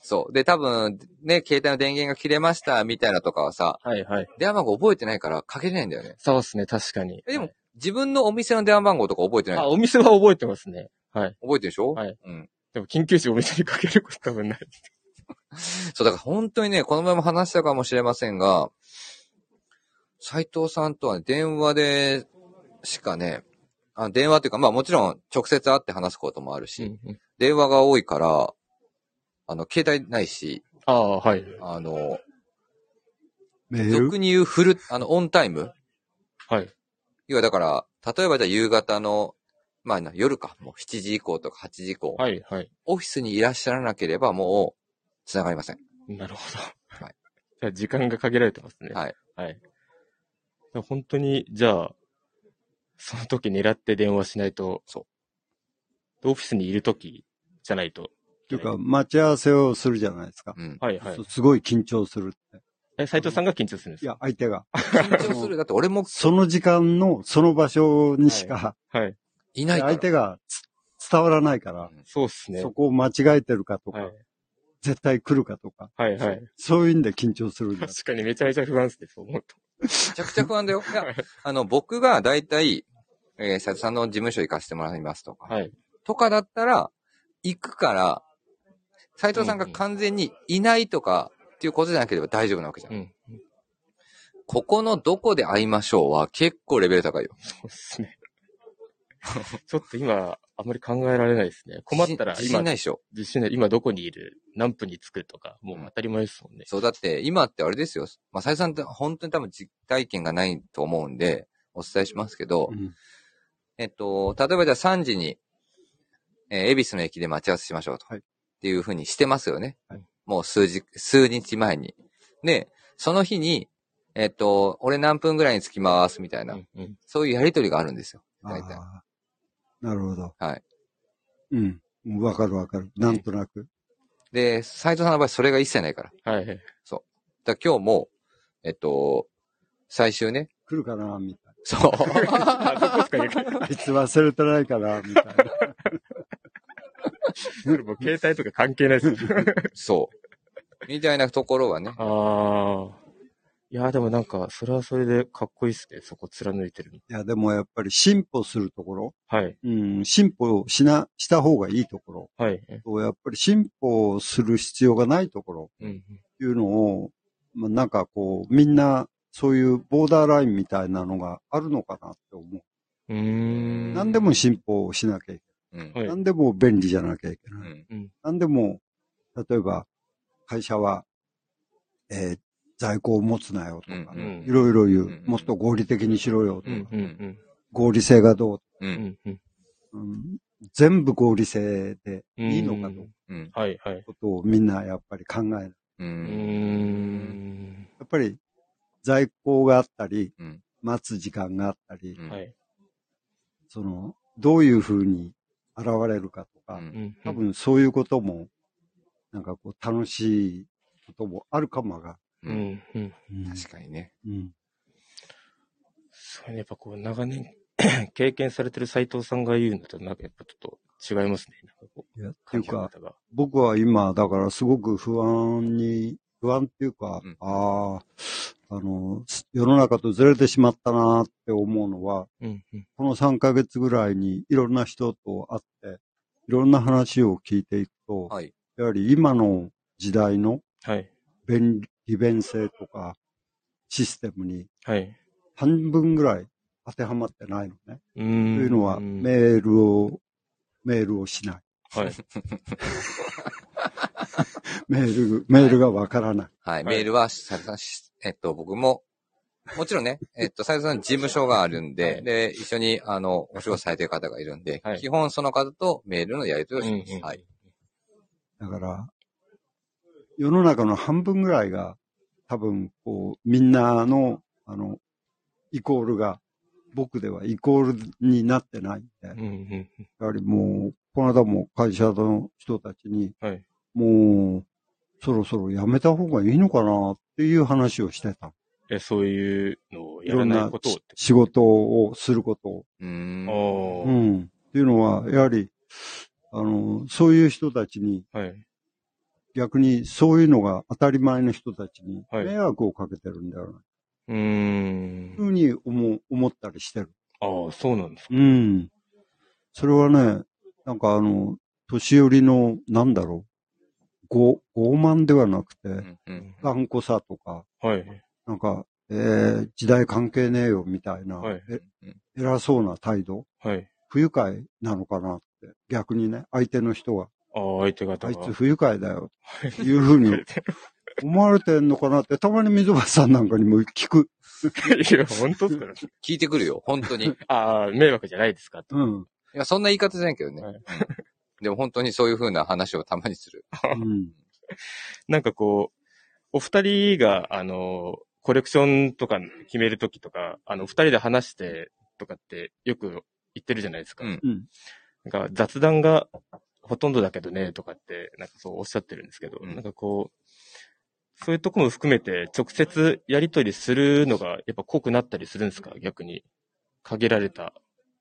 A: そう。で、多分、ね、携帯の電源が切れました、みたいなとかはさ、
B: はいはい。
A: 電話番号覚えてないからかけれないんだよね。
B: そうっすね、確かに。
A: えでも、自分のお店の電話番号とか覚えてない
B: あ、。お店は覚えてますね。はい。
A: 覚えてるでしょ
B: はい。
A: うん。
B: でも、緊急時お店にかけること多分ない。
A: そう、だから本当にね、この前も話したかもしれませんが、斉藤さんとはね、電話でしかね、あ電話っていうか、まあもちろん直接会って話すこともあるし、電話が多いから、あの、携帯ないし、
B: ああ、はい。
A: あの、
C: メール
A: 俗に言うフル、あの、オンタイム
B: はい。
A: 要はだから、例えばじゃあ夕方の、まあな夜か、もう7時以降とか8時以降、
B: はい、はい。
A: オフィスにいらっしゃらなければもう、繋がりません。
B: なるほど。
A: はい
B: じゃあ、時間が限られてますね。
A: はい。
B: はい。本当に、じゃあ、その時狙って電話しないと、。
A: そう
B: オフィスにいる時じゃないと。
C: というか、待ち合わせをするじゃないですか。
A: うん。
B: はい、はい。
C: すごい緊張するって。
B: え、斎藤さんが緊張するんです
C: い
B: か
C: や、相手が。
A: 緊張する。だって俺も
C: その時間の、その場所にしか、
B: はい。
A: いないから。
C: 相手がつ伝わらないから、
B: そうっすね。
C: そこを間違えてるかとか、
B: はい。
C: 絶対来るかとか、
B: はい、はい。
C: そういうんで緊張する
A: [laughs]
C: んだ。
B: 確かにめちゃめちゃ不安っすね、そう思うと。
A: めちゃくちゃ不安だよ。いや、あの、僕が大体、えー、斉藤さんの事務所行かせてもらいますとか、
B: はい。
A: とかだったら、行くから、斉藤さんが完全にいないとかっていうことじゃなければ大丈夫なわけじゃん。
B: うん。
A: ここのどこで会いましょうは結構レベル高いよ。
B: そうっすね。 [laughs] ちょっと今、あまり考えられないですね。困ったら、
A: 自信自
B: 今
A: 信、ないでしょ。
B: 自信ない。今どこにいる何分に着くとか、もう当たり前ですもんね。
A: そう、だって今ってあれですよ。まあ、斉藤さんって本当に多分実体験がないと思うんで、お伝えしますけど
C: う、ん
A: えっと、例えばじゃあ3時に、えー、恵比寿の駅で待ち合わせしましょうと。
C: はい
A: っていうふうにしてますよね。
C: はい
A: もう数日、数日前に。で、その日に、えっと、俺何分ぐらいに着きますみたいな、
B: うんうん
A: そういうやりとりがあるんですよ。
C: あ
A: 大体。
C: あなるほど。
A: はい。
C: うん。わかるわかる。なんとなく。
A: で、斉藤さんの場合それが一切ないから。
B: はいは
A: だ
B: い。
A: から今日も、えっと、最終ね。
C: 来るかなみたい [laughs]
A: そう。
B: あ、そこっすかね。
C: な。 [laughs] あいつ忘れてないかなみたいな。
B: もう携帯とか関係ないです。
A: そう。みたいなところはね。
B: [laughs] ああ。いや、でもなんか、それはそれでかっこいいっすね。そこ貫いてるの。
C: いや、でもやっぱり進歩するところ、
B: はい。
C: うん、進歩しな、した方がいいところ
B: はい。
C: と、やっぱり進歩する必要がないところ
B: うん。
C: っていうのを、まあ、なんかこう、みんな、そういうボーダーラインみたいなのがあるのかなって思
B: う
C: う。
B: ーん。
C: 何でも進歩をしなきゃいけ
A: うん。
B: はい
C: ない。何でも便利じゃなきゃいけ
A: う
C: ない。
A: ん。
C: 何でも、例えば、会社は、えー在庫を持つなよとか
A: う、
B: ん
C: いろいろ言
A: うん
C: う。もっと合理的にしろよと
B: うん
C: か、
B: うん
C: 合理性がど
A: う。
C: う、
B: うんんうん。
C: うん全部合理性で
B: うん。
C: いいのかと。
A: うん。
B: はいはい。
C: ことをみんなやっぱり考える。
A: う
B: うー
A: ん。
B: ん。
C: やっぱり在庫があったり
A: うん、
C: 待つ時間があったり
A: う、ん
B: はい。
C: その、どういうふうに現れるかとか、
A: うん
B: うん
C: 多分そういうことも、なんかこう楽しいこともあるかもが。
B: うんうんうん。
A: 確かにね。
C: うん。
B: そうねやっぱこう、長年 [coughs] 経験されてる斎藤さんが言うのと、なんかやっぱちょっと違いますね。なんかこう、
C: いや、って
B: 感
C: いう
B: じ方
C: か、
B: が。
C: 僕は今、だからすごく不安に、不安っていうか、
A: うん
C: ああ、あの、世の中とずれてしまったなって思うのは、
B: うんうん。
C: この3ヶ月ぐらいにいろんな人と会って、いろんな話を聞いていくと、
A: はい。
C: やはり今の時代の
B: はい。
C: 便利、利便性とか、システムに
B: はい。
C: 半分ぐらい当てはまってないのね。
B: うー
C: と
B: ん。
C: いうのは、メールを、メールをしない。
B: はい。
C: メール、メールがわからない。
A: はい。
B: はい
A: メールは、さゆさんし、えっと、僕も、もちろん
B: [laughs]
A: ね、えっと、さゆさん事務所があるん
B: は
A: で、
B: い
A: で、一緒に、あの、お仕事されてる方がいるんで、
B: はい
A: 基本その方とメールのやり取りをします。
B: うんうん
A: はい。
C: だから、世の中の半分ぐらいが、多分、こう、みんなの、あの、イコールが、僕ではイコールになってないんで、
B: うんうん。
C: やはりもう、この間も会社の人たちに、
B: はい
C: もう、そろそろやめた方がいいのかなっていう話をしてた。
B: え、そういうのを
C: い
B: や
C: ろ
B: ら
C: ん
B: な
C: ない
B: ことをって
C: 仕事をすることを。
A: うーん。
B: こ
C: う
B: と。
C: ん。っていうのは、やはり、あの、そういう人たちに、
B: ああ。はい。
C: 逆にそういうのが当たり前の人たちに
B: はい
C: 迷惑をかけてるんだよ
B: う
C: な、
B: ー
C: ふ
B: ん。
C: うに思う思ったりしてる。
B: ああ、そうなんですか。
C: うん。それはね、なんかあの、年寄りの、なんだろう、ご傲慢ではなく
A: う
C: て、
A: んうん
C: 頑固さとか、
B: はい。
C: なんか、えー時代関係ねえよみたいな、
B: はい
C: え
A: うん
C: 偉そうな態度、
B: はい。
C: 不愉快なのかなって、逆にね、相手の人が、
B: ああ、相手方
C: あい
B: が。
C: つ不愉快だよ、っていうふうに思われてんのかなって、たまに溝端さんなんかにも聞く。
B: [laughs] いや、本当ですから、ね、
A: 聞いてくるよ、本当
B: [laughs]
A: に。い
B: ああ、迷惑じゃないですかと。 [laughs]
C: うん。
A: や、そんな言い方じゃないけどね。
B: はい
A: うんでも本当にそういう風な話をたまにする。
C: うん。
B: なんかこう、お二人が、あの、コレクションとか決めるときとか、あの、二人で話してとかってよく言ってるじゃないですか。
A: うん
C: うん
B: なんか雑談がほとんどだけどね、とかって、なんかそうおっしゃってるんですけど、
A: うん
B: なんかこう、そういうとこも含めて直接やりとりするのがやっぱ濃くなったりするんですか逆に。限られた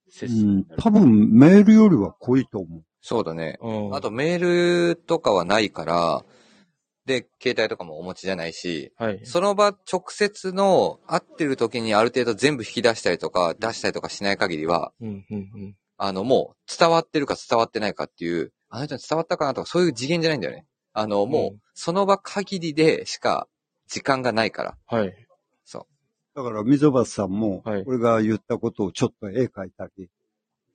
B: 接
C: う
B: 種
C: ん。多分、メールよりは濃いと思う。
A: そうだね。
B: うん
A: あと、メールとかはないから、で、携帯とかもお持ちじゃないし、
B: はい。
A: その場直接の会ってる時にある程度全部引き出したりとか出したりとかしない限りは、
B: うん、うん、うん。
A: あのもう伝わってるか伝わってないかっていう、あの人に伝わったかなとかそういう次元じゃないんだよね。あのも
B: う
A: うんその場限りでしか時間がないから。
B: はい。
C: だから、溝端さんも、
B: はい
C: 俺が言ったことをちょっと絵描いたり、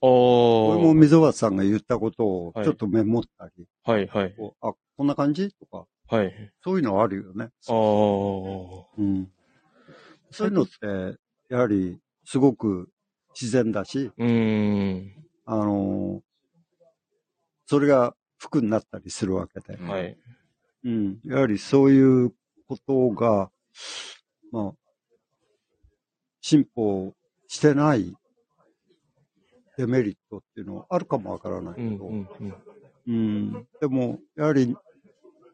B: お
C: 俺も
B: ー。
C: 溝端さんが言ったことを
B: はい
C: ちょっとメモったり、
B: はい、はい。
C: こうあ、こんな感じとか、
B: はい。
C: そういうのはあるよね。
B: あー。
C: うん。そういうのって、やはり、すごく自然だし、
B: うーん。
C: あのそれが服になったりするわけで。
A: うん
B: はい。
C: うん。やはりそういうことが、まあ、進歩してないデメリットっていうのはあるかもわからないけ
B: うん、
C: ど、
B: うん、うん。
C: うんでも、やはり、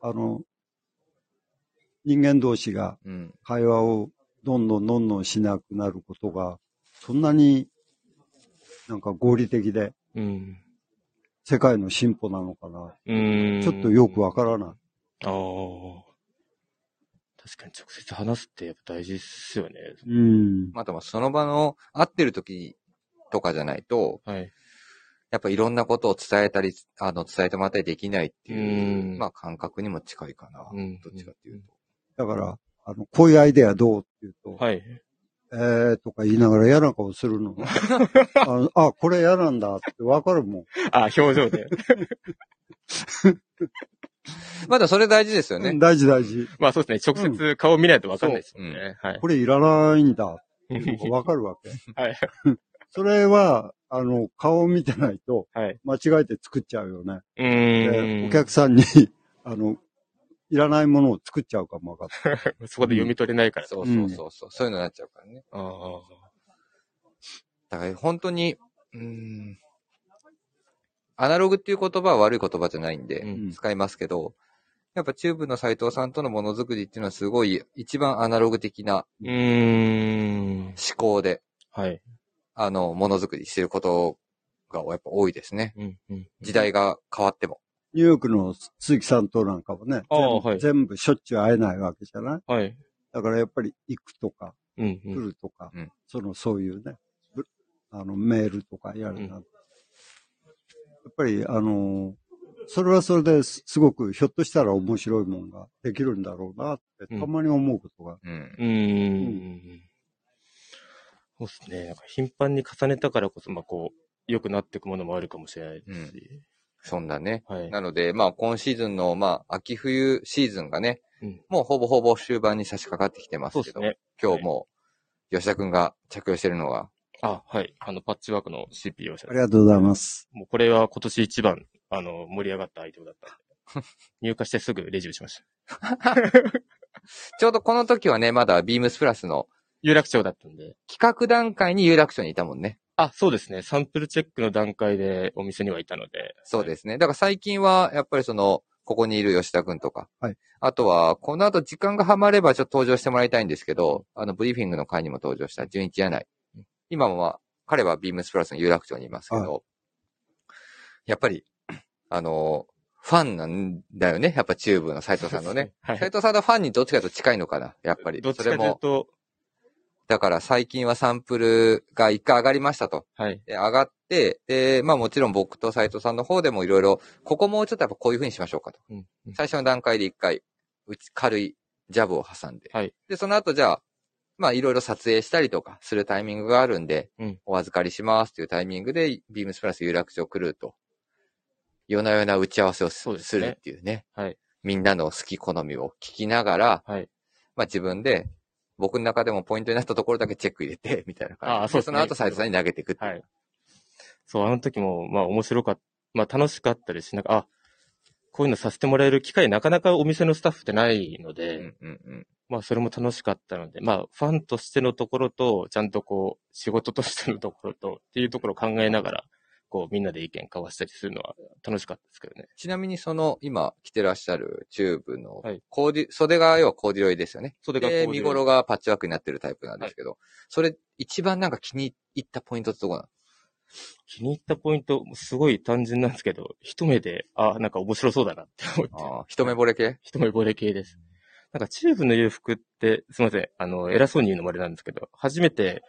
C: あの、人間同士が
A: うん。
C: 会話をどんどんどんどんしなくなることが、そんなになんか合理的で
B: うん。
C: 世界の進歩なのかな。
B: うーん。
C: ちょっとよくわからない。
B: ああ。確かに直接話すってやっぱ大事っすよね。
C: うん。
A: あとはその場の会ってる時とかじゃないと、
B: はい。
A: やっぱいろんなことを伝えたり、あの、伝えてもらったりできないっていう
B: う、ん
A: まあ感覚にも近いかな。
B: うん
A: どっちかっていうと。
C: だから、あの、こういうアイデアどうっていうと、
B: はい。
C: えーとか言いながら嫌な顔
B: [laughs]
C: するの。あのあ、これ嫌なんだってわかるもん。
B: あ、表情で。
A: まだそれ大事ですよ
C: う
A: ね
C: ん。大事大事。
B: まあそうですね。直接顔見ないとわかんないですもん
A: そ
B: ね。はい
C: こ。れいらないんだっていう
B: [laughs]
C: のがわかるわけ。
B: はい。
C: [laughs] それは、あの、顔を見てないと
B: はい。
C: 間違えて作っちゃうよね。
B: う
C: で
B: ーん。
C: お客さんに、 [laughs] あの、いらないものを作っちゃうかもわかんない。
B: そこで読み取れないから。。
A: そううそうそうそう。そういうのになっちゃうからね。
B: あ
A: だから本当に、うーん、アナログっていう言葉は悪い言葉じゃないん
B: あ。う
A: で、
B: ん。
A: 使いますけど、やっぱチューブの斎藤さんとのものづくりっていうのはすごい一番アナログ的な
B: うーん。
A: 思考で、
B: はい。
A: あの、ものづくりしてることがやっぱ多いですね。
B: うん。うん。
A: 時代が変わっても。
C: ニューヨークの鈴木さんとなんかもね、
B: あー
C: 全部
B: はい
C: 全部しょっちゅう会えないわけじゃない
B: はい。
C: だからやっぱり行くとか、
B: うん。う
C: 来
B: ん。
C: るとか、
A: うん
C: その、そういうね、ぶあの、メールとかやるな、
B: うん
C: やっぱり、あの、それはそれですすごくひょっとしたら面白いもんができるんだろうなって、
B: うん
C: たまに思うことが。
A: うん。
B: うーん。そうですね。なんか頻繁に重ねたからこそ、まあこう、良くなっていくものもあるかもしれないですし。
A: そんなね。
B: はい。
A: なので、まあ、今シーズンの、まあ、秋冬シーズンがね、
B: うん
A: もうほぼほぼ終盤に差し掛かってきてます
B: そう
A: け
B: で
A: ど、
B: すね。
A: 今日も、吉田くんが着用してるのは、
B: あ、はい。あの、パッチワークの CPU をし
C: ありがとうございます。
B: もうこれは今年一番、あの、盛り上がったアイテムだったんで。
A: [laughs]
B: 入荷してすぐレジ打ちました。
A: ちょうどこの時はね、まだビームスプラスの
B: 有楽町だったんで。
A: 企画段階に有楽町にいたもんね。
B: あ、そうですね。サンプルチェックの段階でお店にはいたので。
A: そうですね。だから最近は、やっぱりその、ここにいる吉田くんとか、
C: はい
A: あとは、この後時間がはまればちょっと登場してもらいたいんですけど、あの、ブリーフィングの会にも登場した純一柳井。今もまあ、彼はビームスプラスの有楽町にいますけど、やっぱり、あの、ファンなんだよね。やっぱチューブの斉藤さんのね。。
B: は
A: 斉
B: い。
A: 藤さんのファンにどっちかというと近いのかな、やっぱり。
B: どっ
A: そ
B: ち
A: れ
B: かという
A: も、
B: と、
A: だから最近はサンプルが一回上がりましたと。
B: はい。
A: で、上がって、で、まあもちろん僕と斉藤さんの方でもいろいろ、ここもうちょっとやっぱこういう風にしましょうかと。
B: うんうん
A: 最初の段階で一回、うち軽いジャブを挟んで。
B: はい
A: で、その後じゃあ、まあいろいろ撮影したりとかするタイミングがあるんで、
B: うん
A: お預かりしますというタイミングで、ビームスプラス有楽町クルーと、夜な夜な打ち合わせをす
B: そうです
A: す
B: ね
A: るっていうね。
B: はい
A: みんなの好き好みを聞きながら、
B: はい。
A: まあ自分で、僕の中でもポイントになったところだけチェック入れて、みたいな感じ
B: あーそうですね
A: その後斉藤さんに投げていくっていう。
B: はい。そう、あの時も、まあ面白かった、まあ楽しかったですし、なんか、あ、こういうのさせてもらえる機会なかなかお店のスタッフってないの
A: う
B: で、
A: んうんうん。
B: まあそれも楽しかったので、まあファンとしてのところと、ちゃんとこう仕事としてのところとっていうところを考えながら、こうみんなで意見交わしたりするのは楽しかったですけどね。
A: ちなみにその今着てらっしゃるチューブの
B: はい
A: コーディ、袖が要はコーデュロイですよね。
B: それが
A: で、
B: こうい
A: 見
B: う
A: 頃がパッチワークになってるタイプなんですけど、それ一番なんか気に入ったポイントってどこなの
B: 気に入ったポイント、すごい単純なんですけど、一目で、あ、なんか面白そうだなって思って、
A: ああ、一目惚れ系
B: 一目惚れ系です。なんかチューブの裕福って、すいません、あの、偉そうに言うのもあれなんですけど、初めて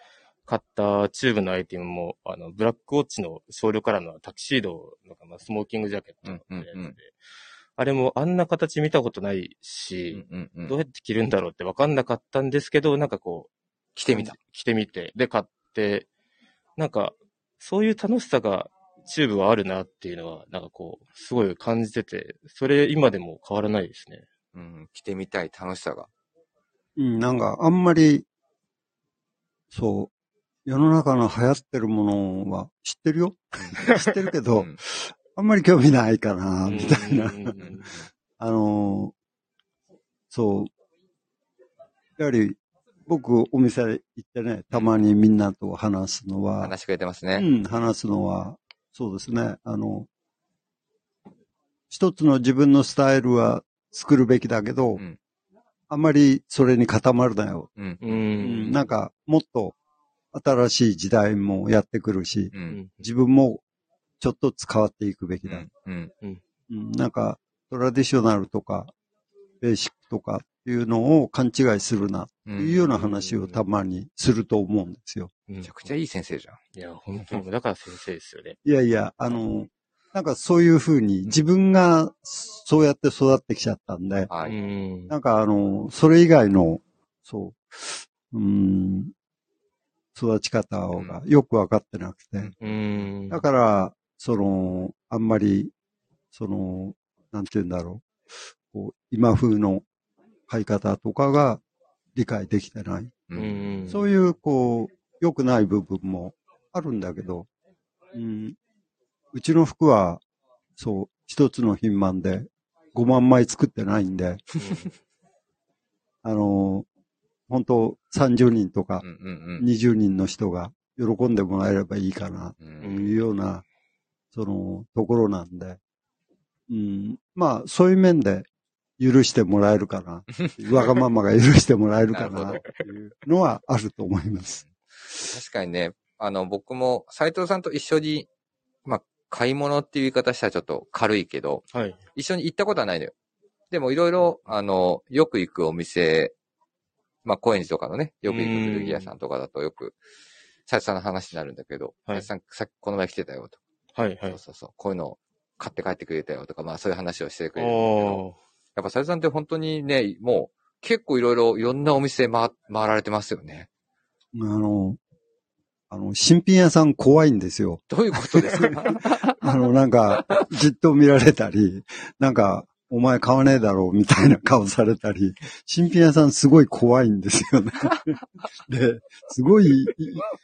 B: 買ったチューブのアイテムも、あの、ブラックウォッチの少量からのタキシードの、まあ、スモーキングジャケットのやつで、
A: うんうんうん
B: あれもあんな形見たことないうし、
A: んうんう。
B: どうんやって着るんだろうって分かんなかったんですけど、なんかこう、
A: 着てみた。。
B: 着てみて、で、買って、なんか、そういう楽しさが、チューブはあるなっていうのは、なんかこう、すごい感じてて、それ今でも変わらないですね。
A: うん、着てみたい楽しさが。
C: うん、なんかあんまり、そう、世の中の流行ってるものは知ってるよ。知ってるけど、
A: ん
C: あんまり興味ないかな、みたい
B: う。
C: な
B: ん
C: あのーそう。やはり、僕、お店行ってね、たまにみんなと話すのは、
A: 話してくれてます
C: う
A: ね。
C: ん、話すのは、そうですね。あの、一つの自分のスタイルは作るべきだけ
A: う
C: ど、
A: ん
C: あんまりそれに固まるなよ。
A: うん。
B: う。
C: うんん、なんか、もっと新しい時代もやってくるし、
A: う。
B: うんん、
C: 自分もちょっと変わっていくべき
A: う
C: だ。
A: ん。うん。
C: うんなんか、トラディショナルとか、ベーシックとかっていうのを勘違いするな、
A: う
C: と
A: ん
C: いうような話をたまにすると思うんですよ。
B: め
A: めちゃくちゃいい先生じゃん。
B: いや、本当に、だから先生ですよね。
C: いやいや、あの、なんかそういうふうに自分がそうやって育ってきちゃったんで、
A: はい。
B: うん。
C: なんかあの、それ以外の、そう、うーん、育ち方がよくわかってなくて、
A: うん
B: うん。
C: だから、その、あんまり、その、なんて言うんだろう。こう今風の買い方とかが理解できてない。
A: う。
B: うんん。
C: そういう、こう、良くない部分もあるんだけど、うん、うちの服は、そう、一つの品番で5万枚作ってないんで、あの、本当30人とか
A: うん。うん。
C: 20人の人が喜んでもらえればいいかな
A: う。
B: うん
C: いうような、その、ところなんで、うん、まあ、そういう面で許してもらえるかな。わがままが許してもらえるか
A: な
C: な、
A: る
C: っていうのはあると思います。
A: 確かにね、あの、僕も斉藤さんと一緒に、まあ、買い物っていう言い方したらちょっと軽いけど、
B: はい。
A: 一緒に行ったことはないのよ。でもいろいろ、あの、よく行くお店、まあ、高円寺とかのね、よく行く古着屋さんとかだとよく、斉藤さんの話になるんだけど、
B: は
A: 斉
B: い
A: 藤さん、さっきこの前来てたよと。
B: はい、は
A: そ。
B: いう
A: そうそう。こういうの買って帰ってくれたよとか、まあそういう話をしてくれるんですけど、
B: おー
A: やっぱさゆさんって本当にね、もう結構いろいろいろんなお店回回られてますよね。
C: あの、あの、新品屋さん怖いんですよ。
A: どういうことですか
C: [laughs] あの、なんか、じっと見られたり、なんか、お前買わねえだろうみたいな顔されたり、新品屋さんすごい怖いんです
A: [laughs]
C: よね。で、すごい、い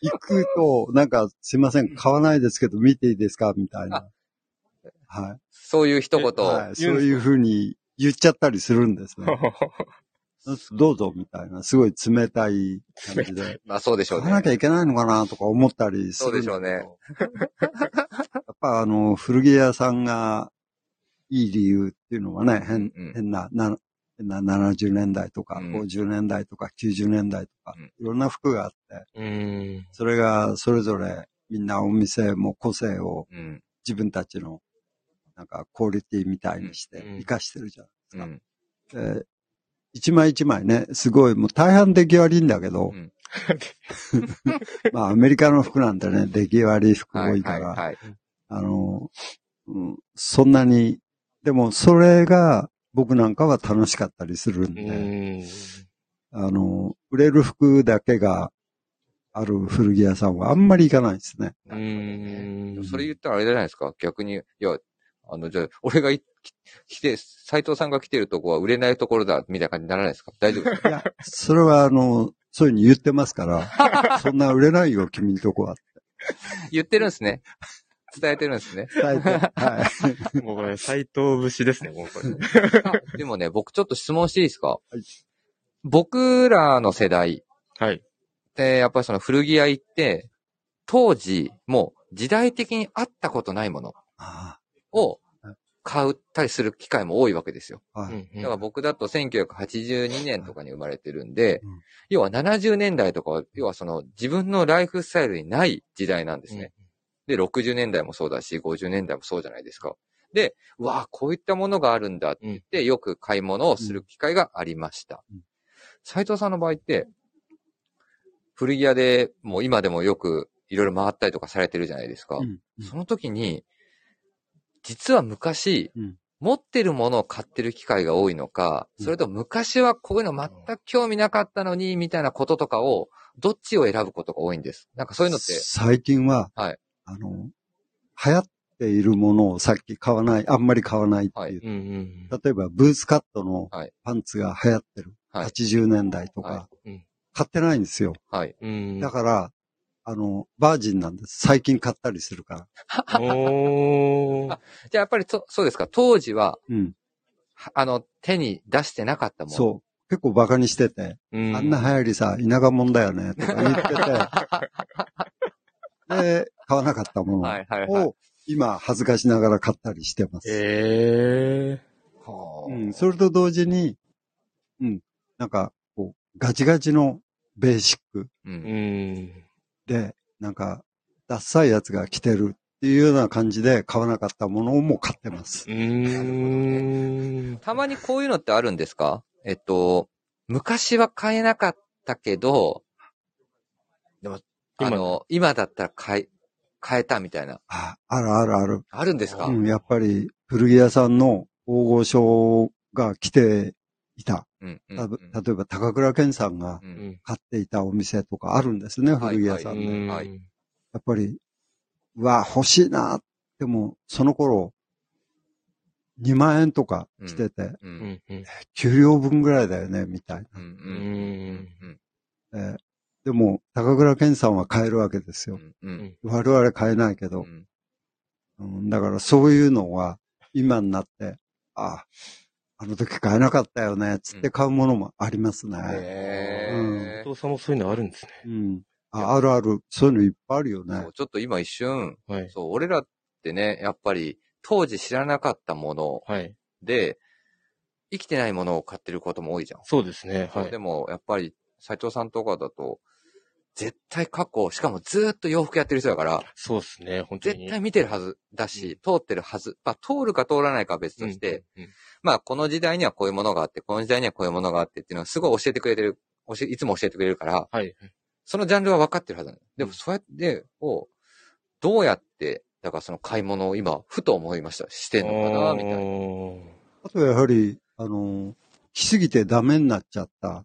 C: 行くと、なんか、すいません、買わないですけど見ていいですかみたいな。はい。
A: そういう一言を。
C: はい。そ
B: 言
C: う
B: うんですか
C: いうふうに言っちゃったりするんです
A: [laughs]
C: ね。どうぞ、みたいな。すごい冷たい感じで。
A: まあそうでしょ
C: 買
A: う
C: わな
A: ね
C: き。ゃいけないのかなとか思ったりするんけど
A: そうでしょうね。
C: やっぱあの、古着屋さんがいい理由っていうのはね、変
A: うんうん
C: 変な、な変な70年代とか、
A: うん
C: 50年代とか、90年代とか
A: うん、
C: いろんな服があって、
B: うーん。
C: それがそれぞれみんなお店も個性を
A: うん。
C: 自分たちのなんかクオリティみたいにして
B: うんうん
C: 活かしてるじゃ
A: う
C: ない
A: ん。
C: ですか。えー一枚一枚ね、すごい、もう大半出来悪いんだけ
A: う
C: ど、
A: ん
C: まあアメリカの服なんてね、出来悪い服
A: は
C: 多
A: い
C: い
A: は
C: か
A: い
C: ら、
A: はい。
C: あの、うん、そんなに、でもそれが僕なんかは楽しかったりするん
B: う
C: で、
B: ーん。
C: あの、売れる服だけがある古着屋さんはあんまり行かないです
A: [laughs]
C: ね。
A: なるほどね
B: うーん
A: それ言ったらあれじゃないですか。逆に、いや、あの、じゃあ、俺がいき来て、斎藤さんが来てるとこは売れないところだ、みたいな感じにならないですか大丈夫
C: [laughs]
A: ですか
C: いや、それはあの、そういうふうに言ってま
A: [laughs]
C: すから、そんな売れないよ、君んとこは。
A: 言ってるんですね。伝えてるんですね。
C: 伝えて。
A: [laughs]
C: はい。
B: もうこれ、斎藤節ですね、もうこれ。
A: でもね、僕ちょっと質問していいですか、
C: い
A: 僕らの世代
B: はい。
A: って、やっぱりその古着屋行って、当時、もう時代的にあったことないもの
C: あ
A: を
C: は
A: 買ったりする機会も多いわけですよ。
C: あはい
A: だから僕だと1982年とかに生まれてるんで
C: うん、
A: 要は70年代とかは、要はその自分のライフスタイルにない時代なんですね。で、60年代もそうだし、50年代もそうじゃないですか。で、うわあ、こういったものがあるんだって言って、よく買い物をする機会がありました
C: うん。
A: 斉藤さんの場合って、古着屋でもう今でもよくいろいろ回ったりとかされてるじゃないですか。
C: うん
A: その時に、実は昔、
C: うん
A: 持ってるものを買ってる機会が多いのか、
C: うん
A: それとも昔はこういうの全く興味なかったのに、みたいなこととかを、どっちを選ぶことが多いんです。なんかそういうのって、
C: 最近は、
A: はい
C: あの、流行っているものをさっき買わない、あんまり買わないっていう。
A: はい
B: うんうん。
C: 例えば、ブースカットの
A: はい
C: パンツが流行ってる。
A: はい
C: 80年代とか、
A: は
B: うん
C: 買ってないんですよ。
A: はい。
B: うん。
C: だから、あの、バージンなんです。最近買ったりするから。
B: ら。おー。
A: じゃあやっぱりそそうですか、当時は、
C: うん。
A: はあの、手に出してなかったもの。う。
C: そう。結構バカにしてて、
B: あ
C: あ
B: ん
C: んな流行りさ、田舎もんだよね、とか言
A: [laughs]
C: ってて、で、買わなかったもの
A: はいはいはい。
C: を、今、恥ずかしながら買ったりしてます。
B: え
A: はあ
C: うん、それと同時に、うん、なんか、こう、ガチガチのベーシック
A: う
B: えー。
A: ん
B: うん。
C: で、なんか、ダッサいやつが着てるっていうような感じで買わなかったものをもう買ってます
B: う。ーん。
A: たまにこういうのってあるんですかえっと、昔は買えなかったけど、でも、あの、今だったら買い、買えたみたいな。
C: あ、あるあるある。
A: あるんですか、
C: う
A: うん
C: ん、やっぱり古着屋さんの大御所が着ていた。
A: うんうん
C: たぶ例えば高倉健さんが
A: う
B: うんん。
C: 買っていたお店とかあるんですね、
A: はい
C: 古着屋さ
A: だ
C: ん
A: ね
C: で。
B: うん
A: はい。
C: やっぱり、うわ、欲しいな。でも、その頃、2万円とか着てて、
A: う
B: うんん。うん
C: 給料分ぐらいだよね、みたいな。
A: うんうんう
B: う
A: ん
B: ん。
C: えーでも、高倉健さんは買えるわけですよ。
A: うんうん
C: 我々買えないけど、
A: うん
C: うん、だからそういうのは今になって、ああ、あの時買えなかったよね、つって買うものもありますね。
A: へー
B: 伊藤さんもそういうのあるんですね。
C: うん。ああるある、そういうのいっぱいあるよね
A: そう。ちょっと今一瞬、
B: はい。
A: そう、俺らってね、やっぱり当時知らなかったもの
B: はい。
A: で、生きてないものを買ってることも多いじゃん。
B: そうですね。はい
A: で。も、やっぱり、斉藤さんとかだと、絶対過去、しかもずーっと洋服やってる人だから、
B: そうですね。本当に。
A: 絶対見てるはずだし、通ってるはず。まあ、通るか通らないかは別として、
B: うん、うん
A: まあ、この時代にはこういうものがあって、この時代にはこういうものがあってっていうのをすごい教えてくれてる、教えいつも教えてくれるから、
B: はい。
A: そのジャンルは分かってるはずなの。でも、そうやって、を、どうやってだからその買い物を今、ふと思いました。してんのかなみたいな。
B: な。
C: あとはやはり、あの、しすぎてダメになっちゃった、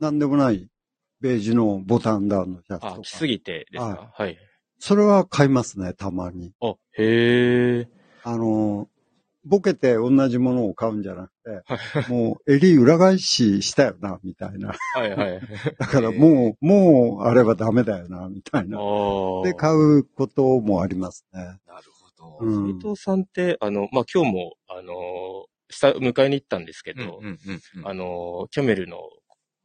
C: なんでもないベージュのボタンダウンのシャツと
B: あ、
C: か。
B: 来すぎてですかはい。
C: それは買いますね、たまに。
B: あ、へえ。
C: あの、ボケて同じものを買うんじゃなくて、もう襟裏返ししたよな、みたいな。
B: はい
A: [laughs]
B: はい。
C: だからもう、もうあればダメだよな、みたいな。
B: ああ。
C: で、買うこともありますね。
A: なるほ
C: う
B: 伊
C: ん。
B: 藤さんって、あの、まあ、今日も、あの、下、迎えに行ったんですけ
A: うん
B: ど、
A: うんうんうん
B: あの、キャメルの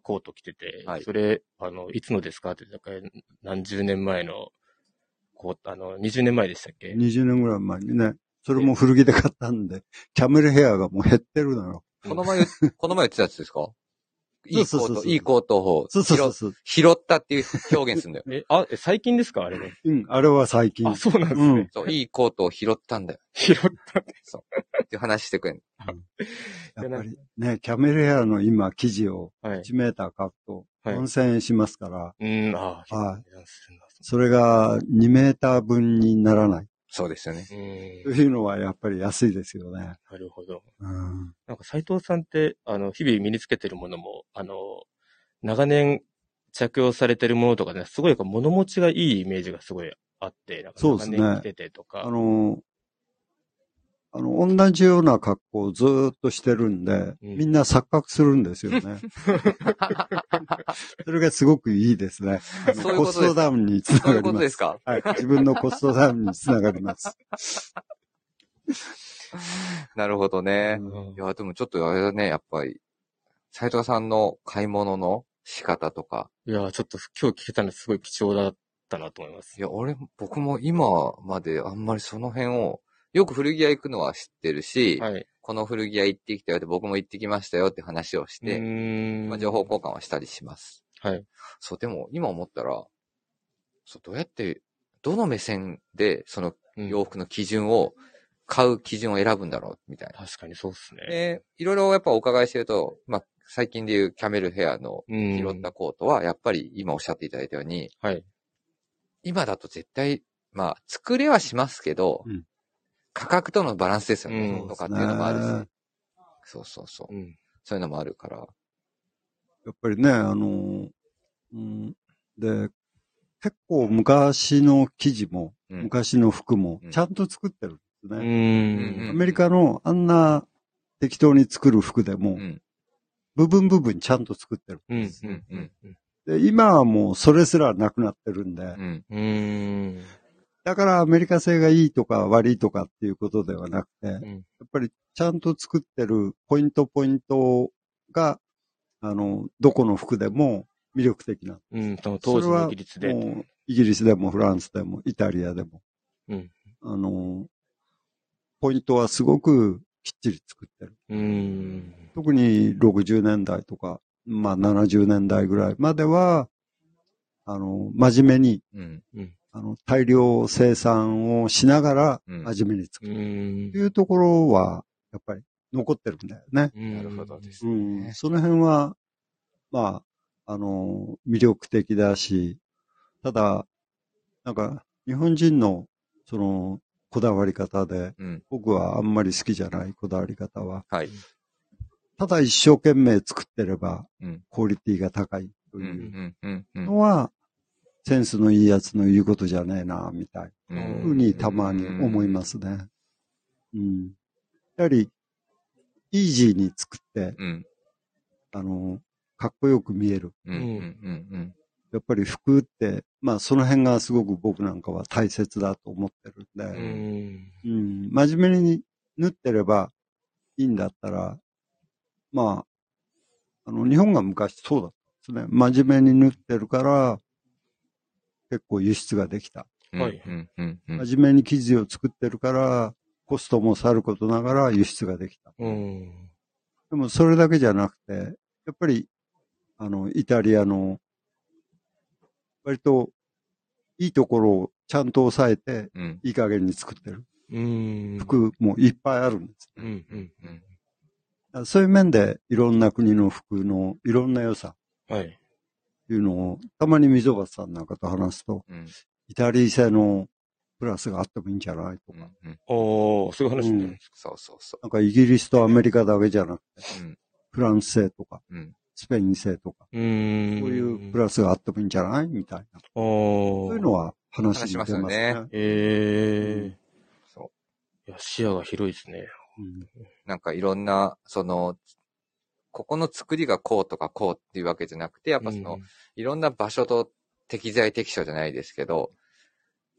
B: コート着てて、
A: はい
B: それ、あの、いつのですかって、だから何十年前の、こう、あの、20年前でしたっけ
C: 20年ぐらい前にね、それも古着で買ったんで、キャメルヘアがもう減ってるのよ。
A: この前、この前言ってたやつですかいいコ
C: [laughs] そうそう
A: ー
C: そう
A: ト、
C: そう
A: いいコートを
C: そうそうそう
A: 拾
C: そう。
A: 拾ったっていう表現するんだよ。
B: え、あ、え最近ですかあれも。
C: うん、あれは最近
B: あ、。そうなん [laughs] ですね。
C: うん
A: そう、いいコートを拾ったんだよ。
B: 拾っ
A: っていう話してくれん。
C: やっぱりね、キャメルヘアの今生地を
B: た。はい。
C: 1メーター買うと
B: はい
C: 4000円しますから、
B: うん、ああ、
C: はい
B: 値段するな。
C: それが2メーター分にならない。
A: そうですよ
B: [laughs]
A: ね。
C: と
B: うん、
C: いうのはやっぱり安いですよね。
B: なるほど。
C: うん。
B: なんか斉藤さんって、あの、日々身につけてるものも、あの、長年着用されてるものとかね、すごいなんか物持ちがいいイメージがすごいあって、なんか
C: そう
B: 長
C: ですね
B: 年着ててとか。
C: あの、あの、同じような格好をずーっとしてるんで、
B: うん
C: みんな錯覚するんです
A: [laughs]
C: よね。それがすごくいいですね。あの
A: そういうこと
C: コ
A: です
C: ストダウンにつな
A: そういう
C: がり
A: こと
C: ま。
A: ですすか
C: はい。自分のコストダウンにつながります。
A: なるほどね。
C: うん
A: いや、でもちょっとあれだね、やっぱり、斉藤さんの買い物の仕方とか。
B: いやー、ちょっと今日聞けたのすごい貴重だったなと思います
A: い。や、俺、僕も今まであんまりその辺を、よく古着屋行くのは知ってるし、
B: はい。
A: この古着屋行ってきたよって、僕も行ってきましたよって話をし
B: う
A: て、
B: ーん
A: まあ、情報交換はしたりします。
B: はい。
A: そう、でも今思ったら、そう、どうやって、どの目線で、その
B: うん
A: 洋服の基準を、買う基準を選ぶんだろう、みたいな。
B: 確かにそうっすね。
A: で、いろいろやっぱお伺いしてると、まあ、最近でいうキャメルヘアの
B: うん
A: 拾ったコートは、やっぱり今おっしゃっていただいたように、
B: はい。
A: 今だと絶対、まあ、作れはしますけど、
C: うん
A: 価格とのバランスですよね、
B: うん
A: とかっていうのもあるし、
C: そうですね
A: そうそうそう。
B: うん。
A: そういうのもあるから。
C: やっぱりね、あの、うん、で、結構昔の生地も、
A: うん
C: 昔の服も
A: うん
C: ちゃんと作ってるんです
B: う
C: ね。
A: うん
B: ん。
C: アメリカのあんな適当に作る服でも、
A: うん
C: 部分部分ちゃんと作ってる。
B: うん。
A: うんうん
C: で、今はもうそれすらなくなってるんで、
A: うん。
B: うん。うん。
C: だからアメリカ製がいいとか悪いとかっていうことではなくて、やっ
B: うん
C: ぱりちゃんと作ってるポイントポイントが、あの、どこの服でも魅力的な。
B: うん。その当時の技術で。
C: もうイギリスでもフランスでもイタリアでも、
B: うん
C: あの、ポイントはすごくきっちり作ってる。
B: うん。
C: 特に60年代とか、まあ70年代ぐらいまでは、あの、真面目に、
A: うん。
C: あの、大量生産をしながら、
A: うん
C: 真面目に作
B: う
C: る。
B: ん
C: と。いうところは、やっぱり残ってるんだよね。
B: な
A: なるほどで。す
C: う
A: ね。
C: ん。その辺は、まあ、あの、魅力的だし、ただ、なんか、日本人の、その、こだわり方で、
A: うん。
C: 僕はあんまり好きじゃないこだわり方は、
A: はい。
C: ただ一生懸命作ってれば
A: うん、
C: クオリティが高いと
A: うん。う。
C: いうん
A: うん。う
C: うんのは、センスのいいやつの言うことじゃねえな、みたい
A: うん
C: なふうにたまに思いますね。うん。やはり、イージーに作って、
A: うん。
C: あの、かっこよく見える。
A: うん。うん。うん。
C: やっぱり服って、まあその辺がすごく僕なんかは大切だと思ってるん
B: う
C: で、
B: ん。
C: うん、真面目に縫ってればいいんだったら、まあ、あの、日本が昔そうだったんですね。真面目に縫ってるから、結構輸出ができた。
A: うん。
B: はい
A: うん。うん。うん。
C: 真面目に生地を作ってるから、コストもさることながら輸出ができた。
B: うん。
C: でもそれだけじゃなくて、やっぱり、あの、イタリアの、割と、いいところをちゃんと抑えて、
A: うん。
C: いい加減に作ってる。
B: うん。
C: 服もいっぱいあるんです。
B: うん。うん。うん。
C: だからそういう面で、いろんな国の服のいろんな良さ
B: はい。
C: っていうのを、たまに溝端さんなんかと話すと、
A: うん。
C: イタリア製のプラスがあってもいいんじゃないと
A: う
C: か。
A: んうん、
B: おー、そういう話になるんです
A: そうそうそ
C: なんかイギリスとアメリカだけじゃなくて、
A: う。うん
C: フランス製とか、
A: うん
C: スペイン製とか、
B: うーん。
C: そういうプラスがあってもいいんじゃないみたいな。
B: おー。
C: そういうのは話に出ます
A: 話
C: ね。
A: しますよ
B: え
A: そ
B: えいや、視野が広いですね。
C: うん
A: うなんかいろんな、その、ここの作りがこうとかこうっていうわけじゃなくて、やっぱその、
B: うん
A: いろんな場所と適材適所じゃないですけど、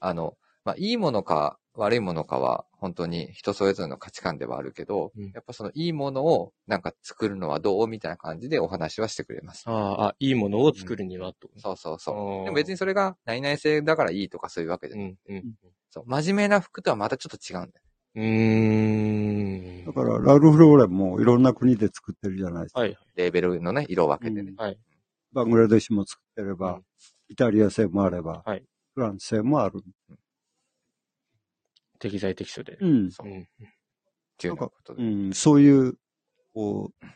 A: あの、まあ、いいものか悪いものかは本当に人それぞれの価値観ではあるけど、
B: うん
A: やっぱそのいいものをなんか作るのはどうみたいな感じでお話はしてくれます。
B: あーあ、いいものを作るにはと。
A: そうそう
B: あ
A: そ
B: ー
A: う。でも別にそれが何々性だからいいとかそういうわけじゃ
B: う
A: ない。
B: ん、うん。
A: そう真面目な服とはまたちょっと違うんだよ。
B: うーん。
C: だから、ラルフ・ローレンもいろんな国で作ってるじゃないですか。
B: はい、
A: レーベルのね、色を分けてね。
C: うん
B: はい。
C: バングラデシュも作ってれば、
B: うん
C: イタリア製もあれば、
B: はい
C: フランス製もある。
B: 適材適所で。
C: うん。
A: そうう。っ
B: ん。
A: ていうようなこと
C: う
A: で。
C: ん、そういう、こう、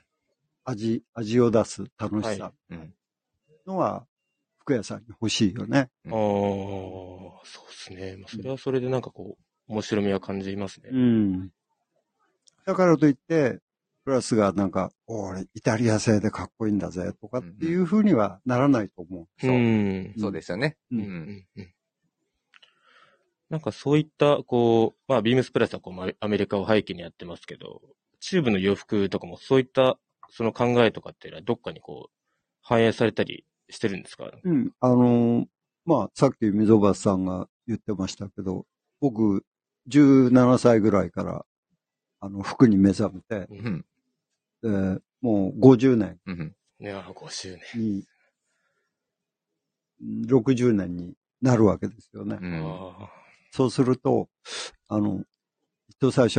C: 味、味を出す楽しさ
A: うん。
C: のは、服屋さんに欲しいよね。
B: ああ、そうですね。まあ、それはそれでなんかこう、面白みは感じますね。
C: うん。だからといって、プラスがなんか、お俺、イタリア製でかっこいいんだぜ、とかっていうふうにはならないと思う。
A: そう。
B: ん
A: そうですよね。
C: う
B: うんんうんうんなんかそういった、こう、まあ、ビームスプラスはこうまあアメリカを背景にやってますけど、チューブの洋服とかもそういった、その考えとかっていうのはどっかにこう、反映されたりしてるんですか
C: うん。あのーまあ、さっき溝端さんが言ってましたけど、僕、17歳ぐらいから、あの、服に目覚めて、
A: うん。うん
C: えーもう50年
A: うん。
B: ね、あ50年。
C: に、うん60年になるわけですよね。
A: うん。
B: ああ
C: そうすると、あの、きっと最初、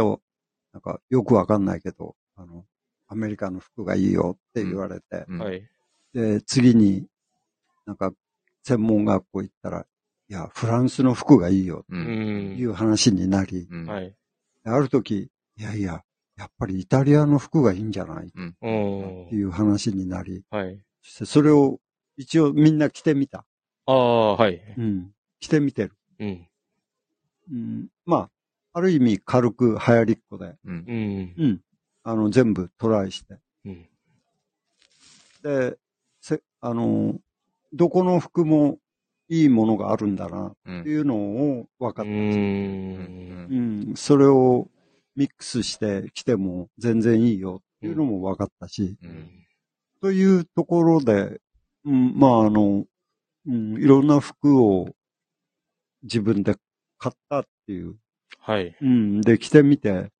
C: なんかよくわかんないけど、あの、アメリカの服がいいよって言われて、
A: うん
B: はい。
C: で、次になんか専門学校行ったら、いや、フランスの服がいいよ
A: う。
B: うん
C: と
B: ん。
C: いう話になり、
A: うん。
B: はい。
C: ある時、いやいや、やっぱりイタリアの服がいいんじゃないっ
A: うん。
B: うん。
C: ていう話になり、
B: はい。
C: そしてそれを一応みんな着てみた。
B: ああ、はい。
C: うん。着てみてる。
B: うん。
C: うん。まあ、ある意味軽く流行りっ子で、
A: うん
B: う。ん。
C: うん。あの、全部トライして。
B: うん。
C: で、せ、あの、どこの服もいいものがあるんだな、
A: う
C: って
A: ん。
C: いうのを分か
A: う
B: う。
C: った。
A: ん
C: うん。それをミックスして着ても全然いいよっていうのも分かったし、
A: う。
B: うんん
C: というところで、うん、まあ、あの、うん、いろんな服を自分で買ったっていう、
B: はい。
C: うん、で着てみて、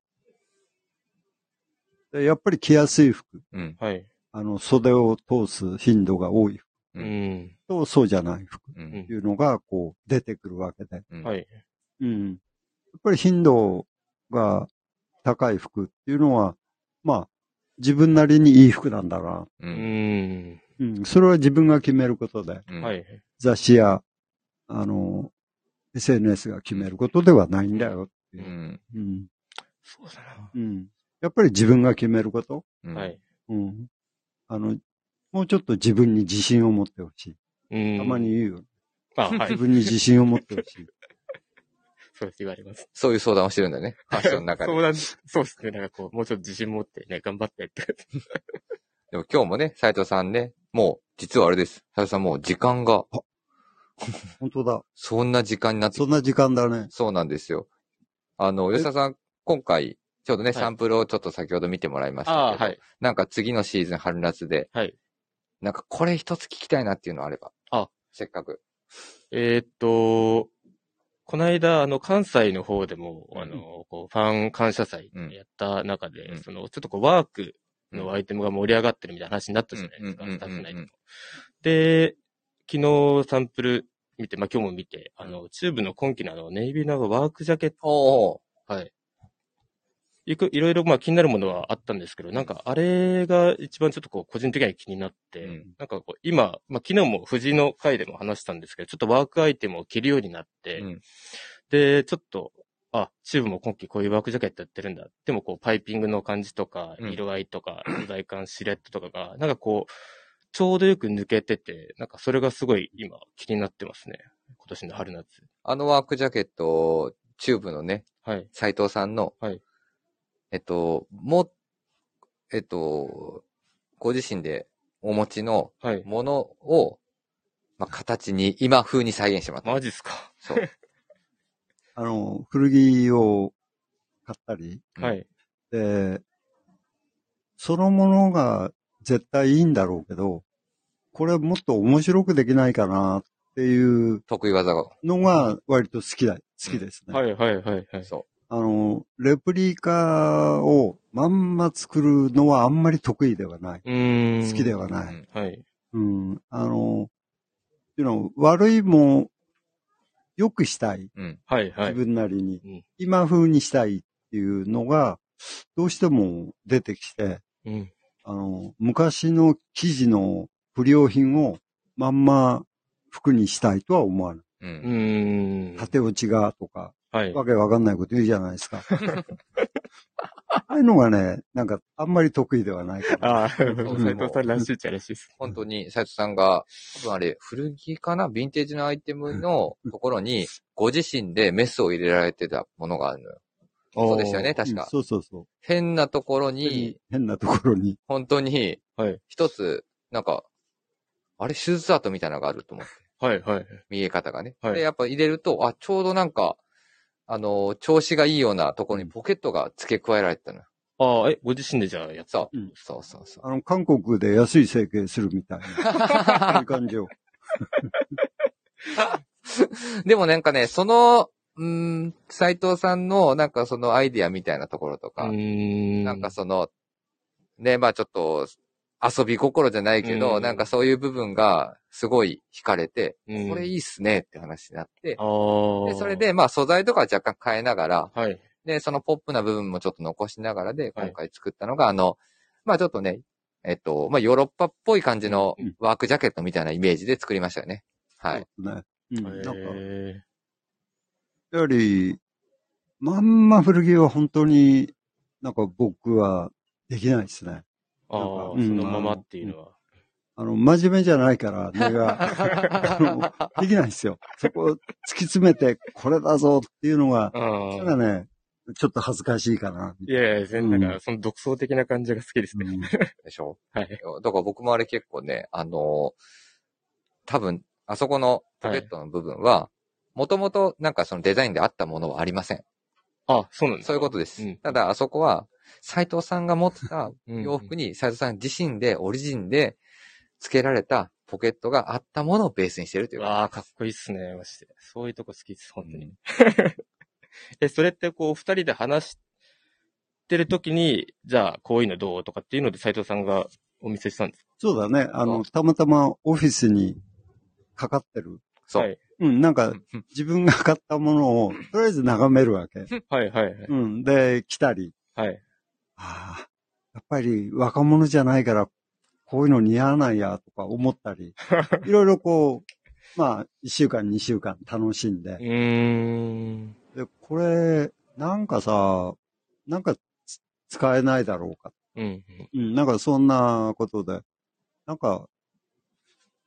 C: でやっぱり着やすい服、
A: うん。
B: はい。
C: あの、袖を通す頻度が多い服
B: うん。
C: と、そうじゃない服
A: う。
B: うんん
C: っていうのが、こう、出てくるわけで。
A: うん。
B: はい。
C: うん。やっぱり頻度が高い服っていうのは、まあ、自分なりにいい服なんだな。
A: う。
B: うんん。
C: うん。それは自分が決めることで、
A: うん
B: は。い。
C: 雑誌や、あの、SNS が決めることではないんだよ。
A: うん。
C: うん。
B: そうだな。
C: うん。やっぱり自分が決めること。
A: うん
B: はい。
C: うん。あの、もうちょっと自分に自信を持ってほし
B: うん
C: い。たまに。言うよ。
B: あ、は
C: 自 [laughs]
B: い。
C: 分に自信を持ってほしい。 [laughs]
B: そうって言われます。
A: そういう相談をしてるんだよね。ファッションの中で
B: そう。なんです。そうですね。なんかこう、もうちょっと自信持ってね、頑張ってやってください。
A: でも今日もね、斉藤さんね、もう、実はあれです。斉藤さんもう時間が、
C: 本当だ。
A: そんな時間になって
C: そんな時間だね。
A: そうなんですよ。あの、吉田さん、今回、ちょうどね、
B: はい
A: サンプルをちょっと先ほど見てもらいましたけど、
B: [laughs] ああ、はい。
A: なんか次のシーズン春夏で、
B: はい。
A: なんかこれ一つ聞きたいなっていうのあれば。
B: あ
A: せっかく。
B: えーっと、この間、あの、関西の方でも、あ
A: うん
B: の、こう、ファン感謝祭
A: うん
B: やった中で、
A: うん
B: その、ちょっとこう、ワーク
A: うん
B: のアイテムが盛り上がってるみたいな話になったじゃないですか、
A: うんうんうん
B: スタッフ内で
A: うんう
B: も
A: ん。
B: で、昨日サンプル見て、まあ今日も見て、あの、チューブの今期のあの、ネイビーのワークジャケット
A: おー
B: はい。いく、いろいろまあ気になるものはあったんですけど、なんかあれが一番ちょっとこう個人的には気になって、
A: うん
B: なんかこう今、まあ昨日も藤井の回でも話したんですけど、ちょっとワークアイテムを着るようになって、
A: うん
B: で、ちょっと、あ、チューブも今季こういうワークジャケットやってるんだ。でもこうパイピングの感じとか、
A: うん
B: 色合いとか、素材感、シルエットとかが、なんかこう、ちょうどよく抜けてて、なんかそれがすごい今気になってますね。今年の春夏。
A: あのワークジャケット、チューブのね、
B: はい。
A: 斉藤さんの、
B: はい
A: えっと、も、えっと、ご自身でお持ちの
B: はい。
A: ものを、まあ、形に、今風に再現してもらった。
B: マジっすか。
A: そう。
C: あの、古着を買ったり、
A: うん
B: [laughs] はい。
C: で、そのものが絶対いいんだろうけど、これもっと面白くできないかなっていう
A: 得意技を。
C: のが割と好きだ、好きですね。
B: はいはいはいはい。
A: そ
C: あの、レプリカをまんま作るのはあんまり得意ではない。
B: うーん。
C: 好きで
A: う。
C: はな
A: う
C: い。
A: ん
B: はい。
C: うん。あの、you know 悪いもん、良くしたい。
A: うん。
B: はいは
C: 自
B: い。
C: 分なりに。
B: うん
C: 今風にしたいっていうのが、どうしても出てきて、
B: うん。
C: あの、昔の生地の不良品をまんま服にしたいとは思わない。
A: う。
B: うんーん。
C: 縦落ちがとか、
B: はい。
C: わけわかんないこと言うじゃないです
B: [laughs]
C: か。ああいうのがね、なんかあんまり得意ではないかな。
B: ああ、斎藤さんらしいっちゃらしいっす。
A: 本当に、斉藤さんが、多分あれ、古着かなヴィンテージのアイテムのところに、ご自身でメスを入れられてたものがあるのよ。そうでしたよね、確
C: うん
A: か。
C: そうそうそう。
A: 変なところに、
C: 変なところに。
A: 本当に、
B: はい。
A: 一つ、なんか、あれ、手術跡みたいなのがあると思う。
B: [laughs] はいはい。
A: 見え方がね。
B: はい
A: で、やっぱ入れると、あ、ちょうどなんか、あの、調子がいいようなところにポケットが付け加えられてたのよ。
B: ああ、え、ご自身でじゃあやった。
A: そう。
C: うん
A: そうそうそう。 [laughs]
C: あの、韓国で安い整形するみたいな。そういう感じを。
A: でもなんかね、その、うーん、斎藤さんの、なんかそのアイディアみたいなところとか、
B: うーん。
A: なんかその、ね、まあちょっと、遊び心じゃないけど、
B: うん
A: なんかそういう部分がすごい惹かれて、
B: うん
A: これいいっすねって話になって、
B: ああ。
A: でそれで、まあ素材とかは若干変えながら、
B: はい。
A: で、そのポップな部分もちょっと残しながらで、
B: はい
A: 今回作ったのが、あの、まあちょっとね、えっと、まあヨーロッパっぽい感じの
C: うん
A: ワークジャケットみたいなイメージで作りましたよね。はい。
C: そうですね。うん。なんか、
B: え
C: やはり、まんま古着は本当になんか僕はできないですね。
B: ー、ああ、
C: なん
B: その
C: か
B: ままっていうのは。
C: あの、真面目じゃないから、根が、
A: [laughs]
C: あのできないですよ。そこを突き詰めて、これだぞっていうのが、
B: あ
C: た
B: あ
C: だ。ね、ちょっと恥ずかしいかな。
B: いやいや、全
C: う
B: 然、
C: ん
B: なんか、その独創的な感じが好きで
A: [laughs]
B: すね。
C: うん
A: でしょ
B: はい。
A: だから僕もあれ結構ね、あの多分、あそこのポケットの部分は、もともとなんかそのデザインであったものはありません。
B: あ、そうなんです
A: そういうことです。
B: うん
A: ただ、あそこは、斉藤さんが持ってた
B: うん
A: 洋服に斉藤さん自身でオリジンで付けられたポケットがあったものをベースにしてるという
B: わあ、かっこいいっすね、まして。そういうとこ好きです、本当に。 [laughs] え、それって、こう、二人で話してるときに、じゃあ、こういうのどうとかっていうので、斉藤さんがお見せしたんです
C: そうだね。あ
A: う
C: の、
A: ん
C: たまたまオフィスにかかってる。
A: そ
B: は
A: う
B: い。
C: うん、なんか
A: うんうん
C: 自分が買ったものを、とりあえず眺めるわけ。
B: はい、はい、はい。
C: うん、で、来たり。
B: はい。
C: ああ、やっぱり若者じゃないから、こういうの似合わないや、とか思ったり。いろいろこう、まあ、一週間、二週間楽しんで
B: う。ーん。
C: で、これ、なんかさ、なんかつ使えないだろうか。
B: うん。
C: うん、なんかそんなことで、なんか、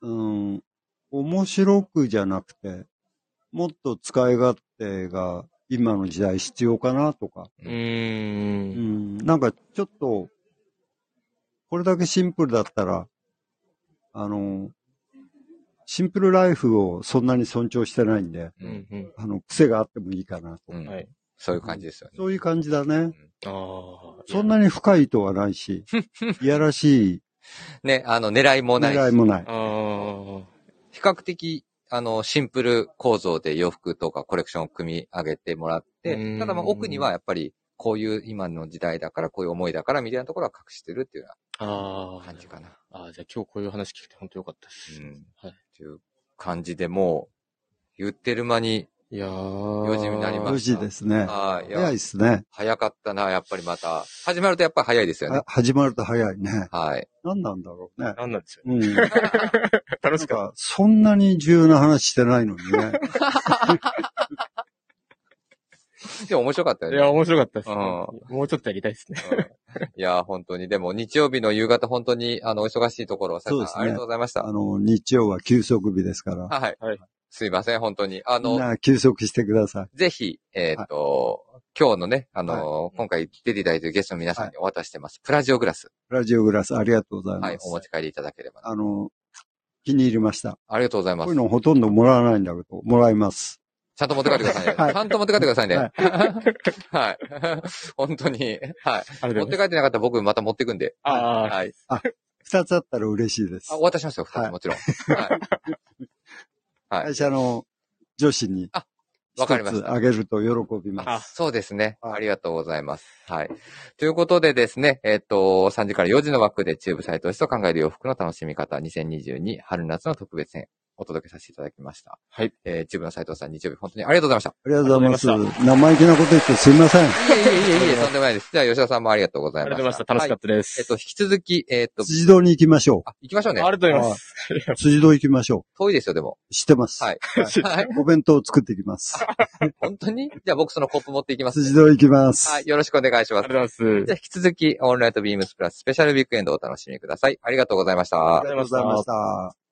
C: うん、面白くじゃなくて、もっと使い勝手が今の時代必要かなとか、
B: うー。
C: うんん、なんかちょっと、これだけシンプルだったら、あの、シンプルライフをそんなに尊重してないんで、
A: う
B: うんん。うん。
C: あの、癖があってもいいかなと。
A: うん
B: はい。
A: そういう感じですよね。
C: そういう感じだね。
B: ああ。
C: そんなに深い意図はな
A: [laughs]
C: いし、いやらしい
A: ね、あの、狙いもないし
C: 狙いもない。
B: ああ。
A: 比較的、あの、シンプル構造で洋服とかコレクションを組み上げてもらっ
B: う
A: て、
B: ーん
A: ただまあ奥にはやっぱり、こういう今の時代だから、こういう思いだからみたいなところは隠してるっていうよう
B: あ
A: な
B: あ
A: 感。じかな。
B: ああ、じゃあ今日こういう話聞けて本当よかったです。
A: うん
B: はい。
A: っていう感じでもう、言ってる間に、
B: いやー。
A: 四時になりま
C: 無
A: し
C: 事ですね。
A: ああ、い
C: 早い
A: や
C: で、すね。
A: 早かったな、やっぱりまた。始まるとやっぱり早いですよね
C: あ。始まると早いね。
A: はい。
C: 何なんだろうね。
B: なんなんですよ。
C: うん。なん
B: 楽しかっ
C: か、そんなに重要な話してないのにね。
A: でも面白かったよ
B: [laughs] た。い
A: ね。
B: や、面白かったです、
A: うん
B: もうちょっとやりた
A: [laughs]
B: いですね。
A: いや、本当に。でも、日曜日の夕方、本当 [laughs] に、あの、お忙しいところ、さや
C: そうです
A: さん、
C: ね
A: ありがとうございました
C: あ。の、日曜は休息日ですから。
A: はい。
B: はい
A: すいません、本当に。あ
C: みん
A: の、
C: な休息してください。
A: ぜひ、えっ、と、今日のね、あの、今回出ていただいているゲストの皆さんにお渡ししてます。プラジオグラス。
C: ラジオグラスありがとうございま
A: はい、
C: す。
A: お持ち帰りいただければな。
C: あの、気に入りました。
A: ありがとうございま
C: こう
A: す
C: いう。のほとんどもらわないんだけど、もらいます。
A: ちゃんと持って帰ってくださいね。
C: はい
A: ちゃんと持って帰ってくださいね。は。
C: はい
A: 本当に。はい。
B: あり
A: 持っ
B: がと
A: て
B: うございます。
A: 帰ってなかったら僕また持ってくんで。
B: ああ、
A: はい。
C: 二つあったら嬉しいです
A: あ、。お渡ししますよ、二
C: は
A: つ
C: い
A: もちろん。はい。はい
C: 会社の女子に
A: あわかり
C: 一
A: まし
C: つ
A: た
C: あげると喜びます。
A: あそうですね。
C: はい
A: ありがとうございます。はい。ということでですね、えっ、と、3時から4時の枠でチューブサイトと考える洋服の楽しみ方2022春夏の特別編お届けさせていただきました。
B: はい。
A: えーチューブの斉藤さん、日曜日本当にありがとうございました。
C: ありがとうございま
B: ありがとうござい
C: す。生意気なこと言ってすいません。
A: いえいえいえいえ、とんでもないです。じゃあ吉田さんもありがとうござ
B: あ
A: い
B: り
A: ま
B: が
A: し
B: と
A: た。
B: うございました。楽しか
A: は
B: ったで
A: いえっ、
B: す。
A: と、引き続き、えっ、と、
C: 辻堂に行きましょう。
A: あ、行きましょうね
B: あ。りがとうございます。
C: 辻堂行きましょ
A: 遠いですよ、でも。
C: う。知ってま
B: [laughs]
C: す。
A: はい。はい。
C: お弁当を作ってきます。
A: 本当にじゃあ僕そのコップ持っていきます
B: [laughs]
A: ね、
C: 辻堂行きます。
A: はい。よろしくお願いしま
B: あ
A: す。
B: り
A: じ
B: がとうございます
A: ゃあ。引き続き、オンライトビームスプラススペシャルビッグエンドをお楽しみください。ありがとうございました
C: あり。がとうございました。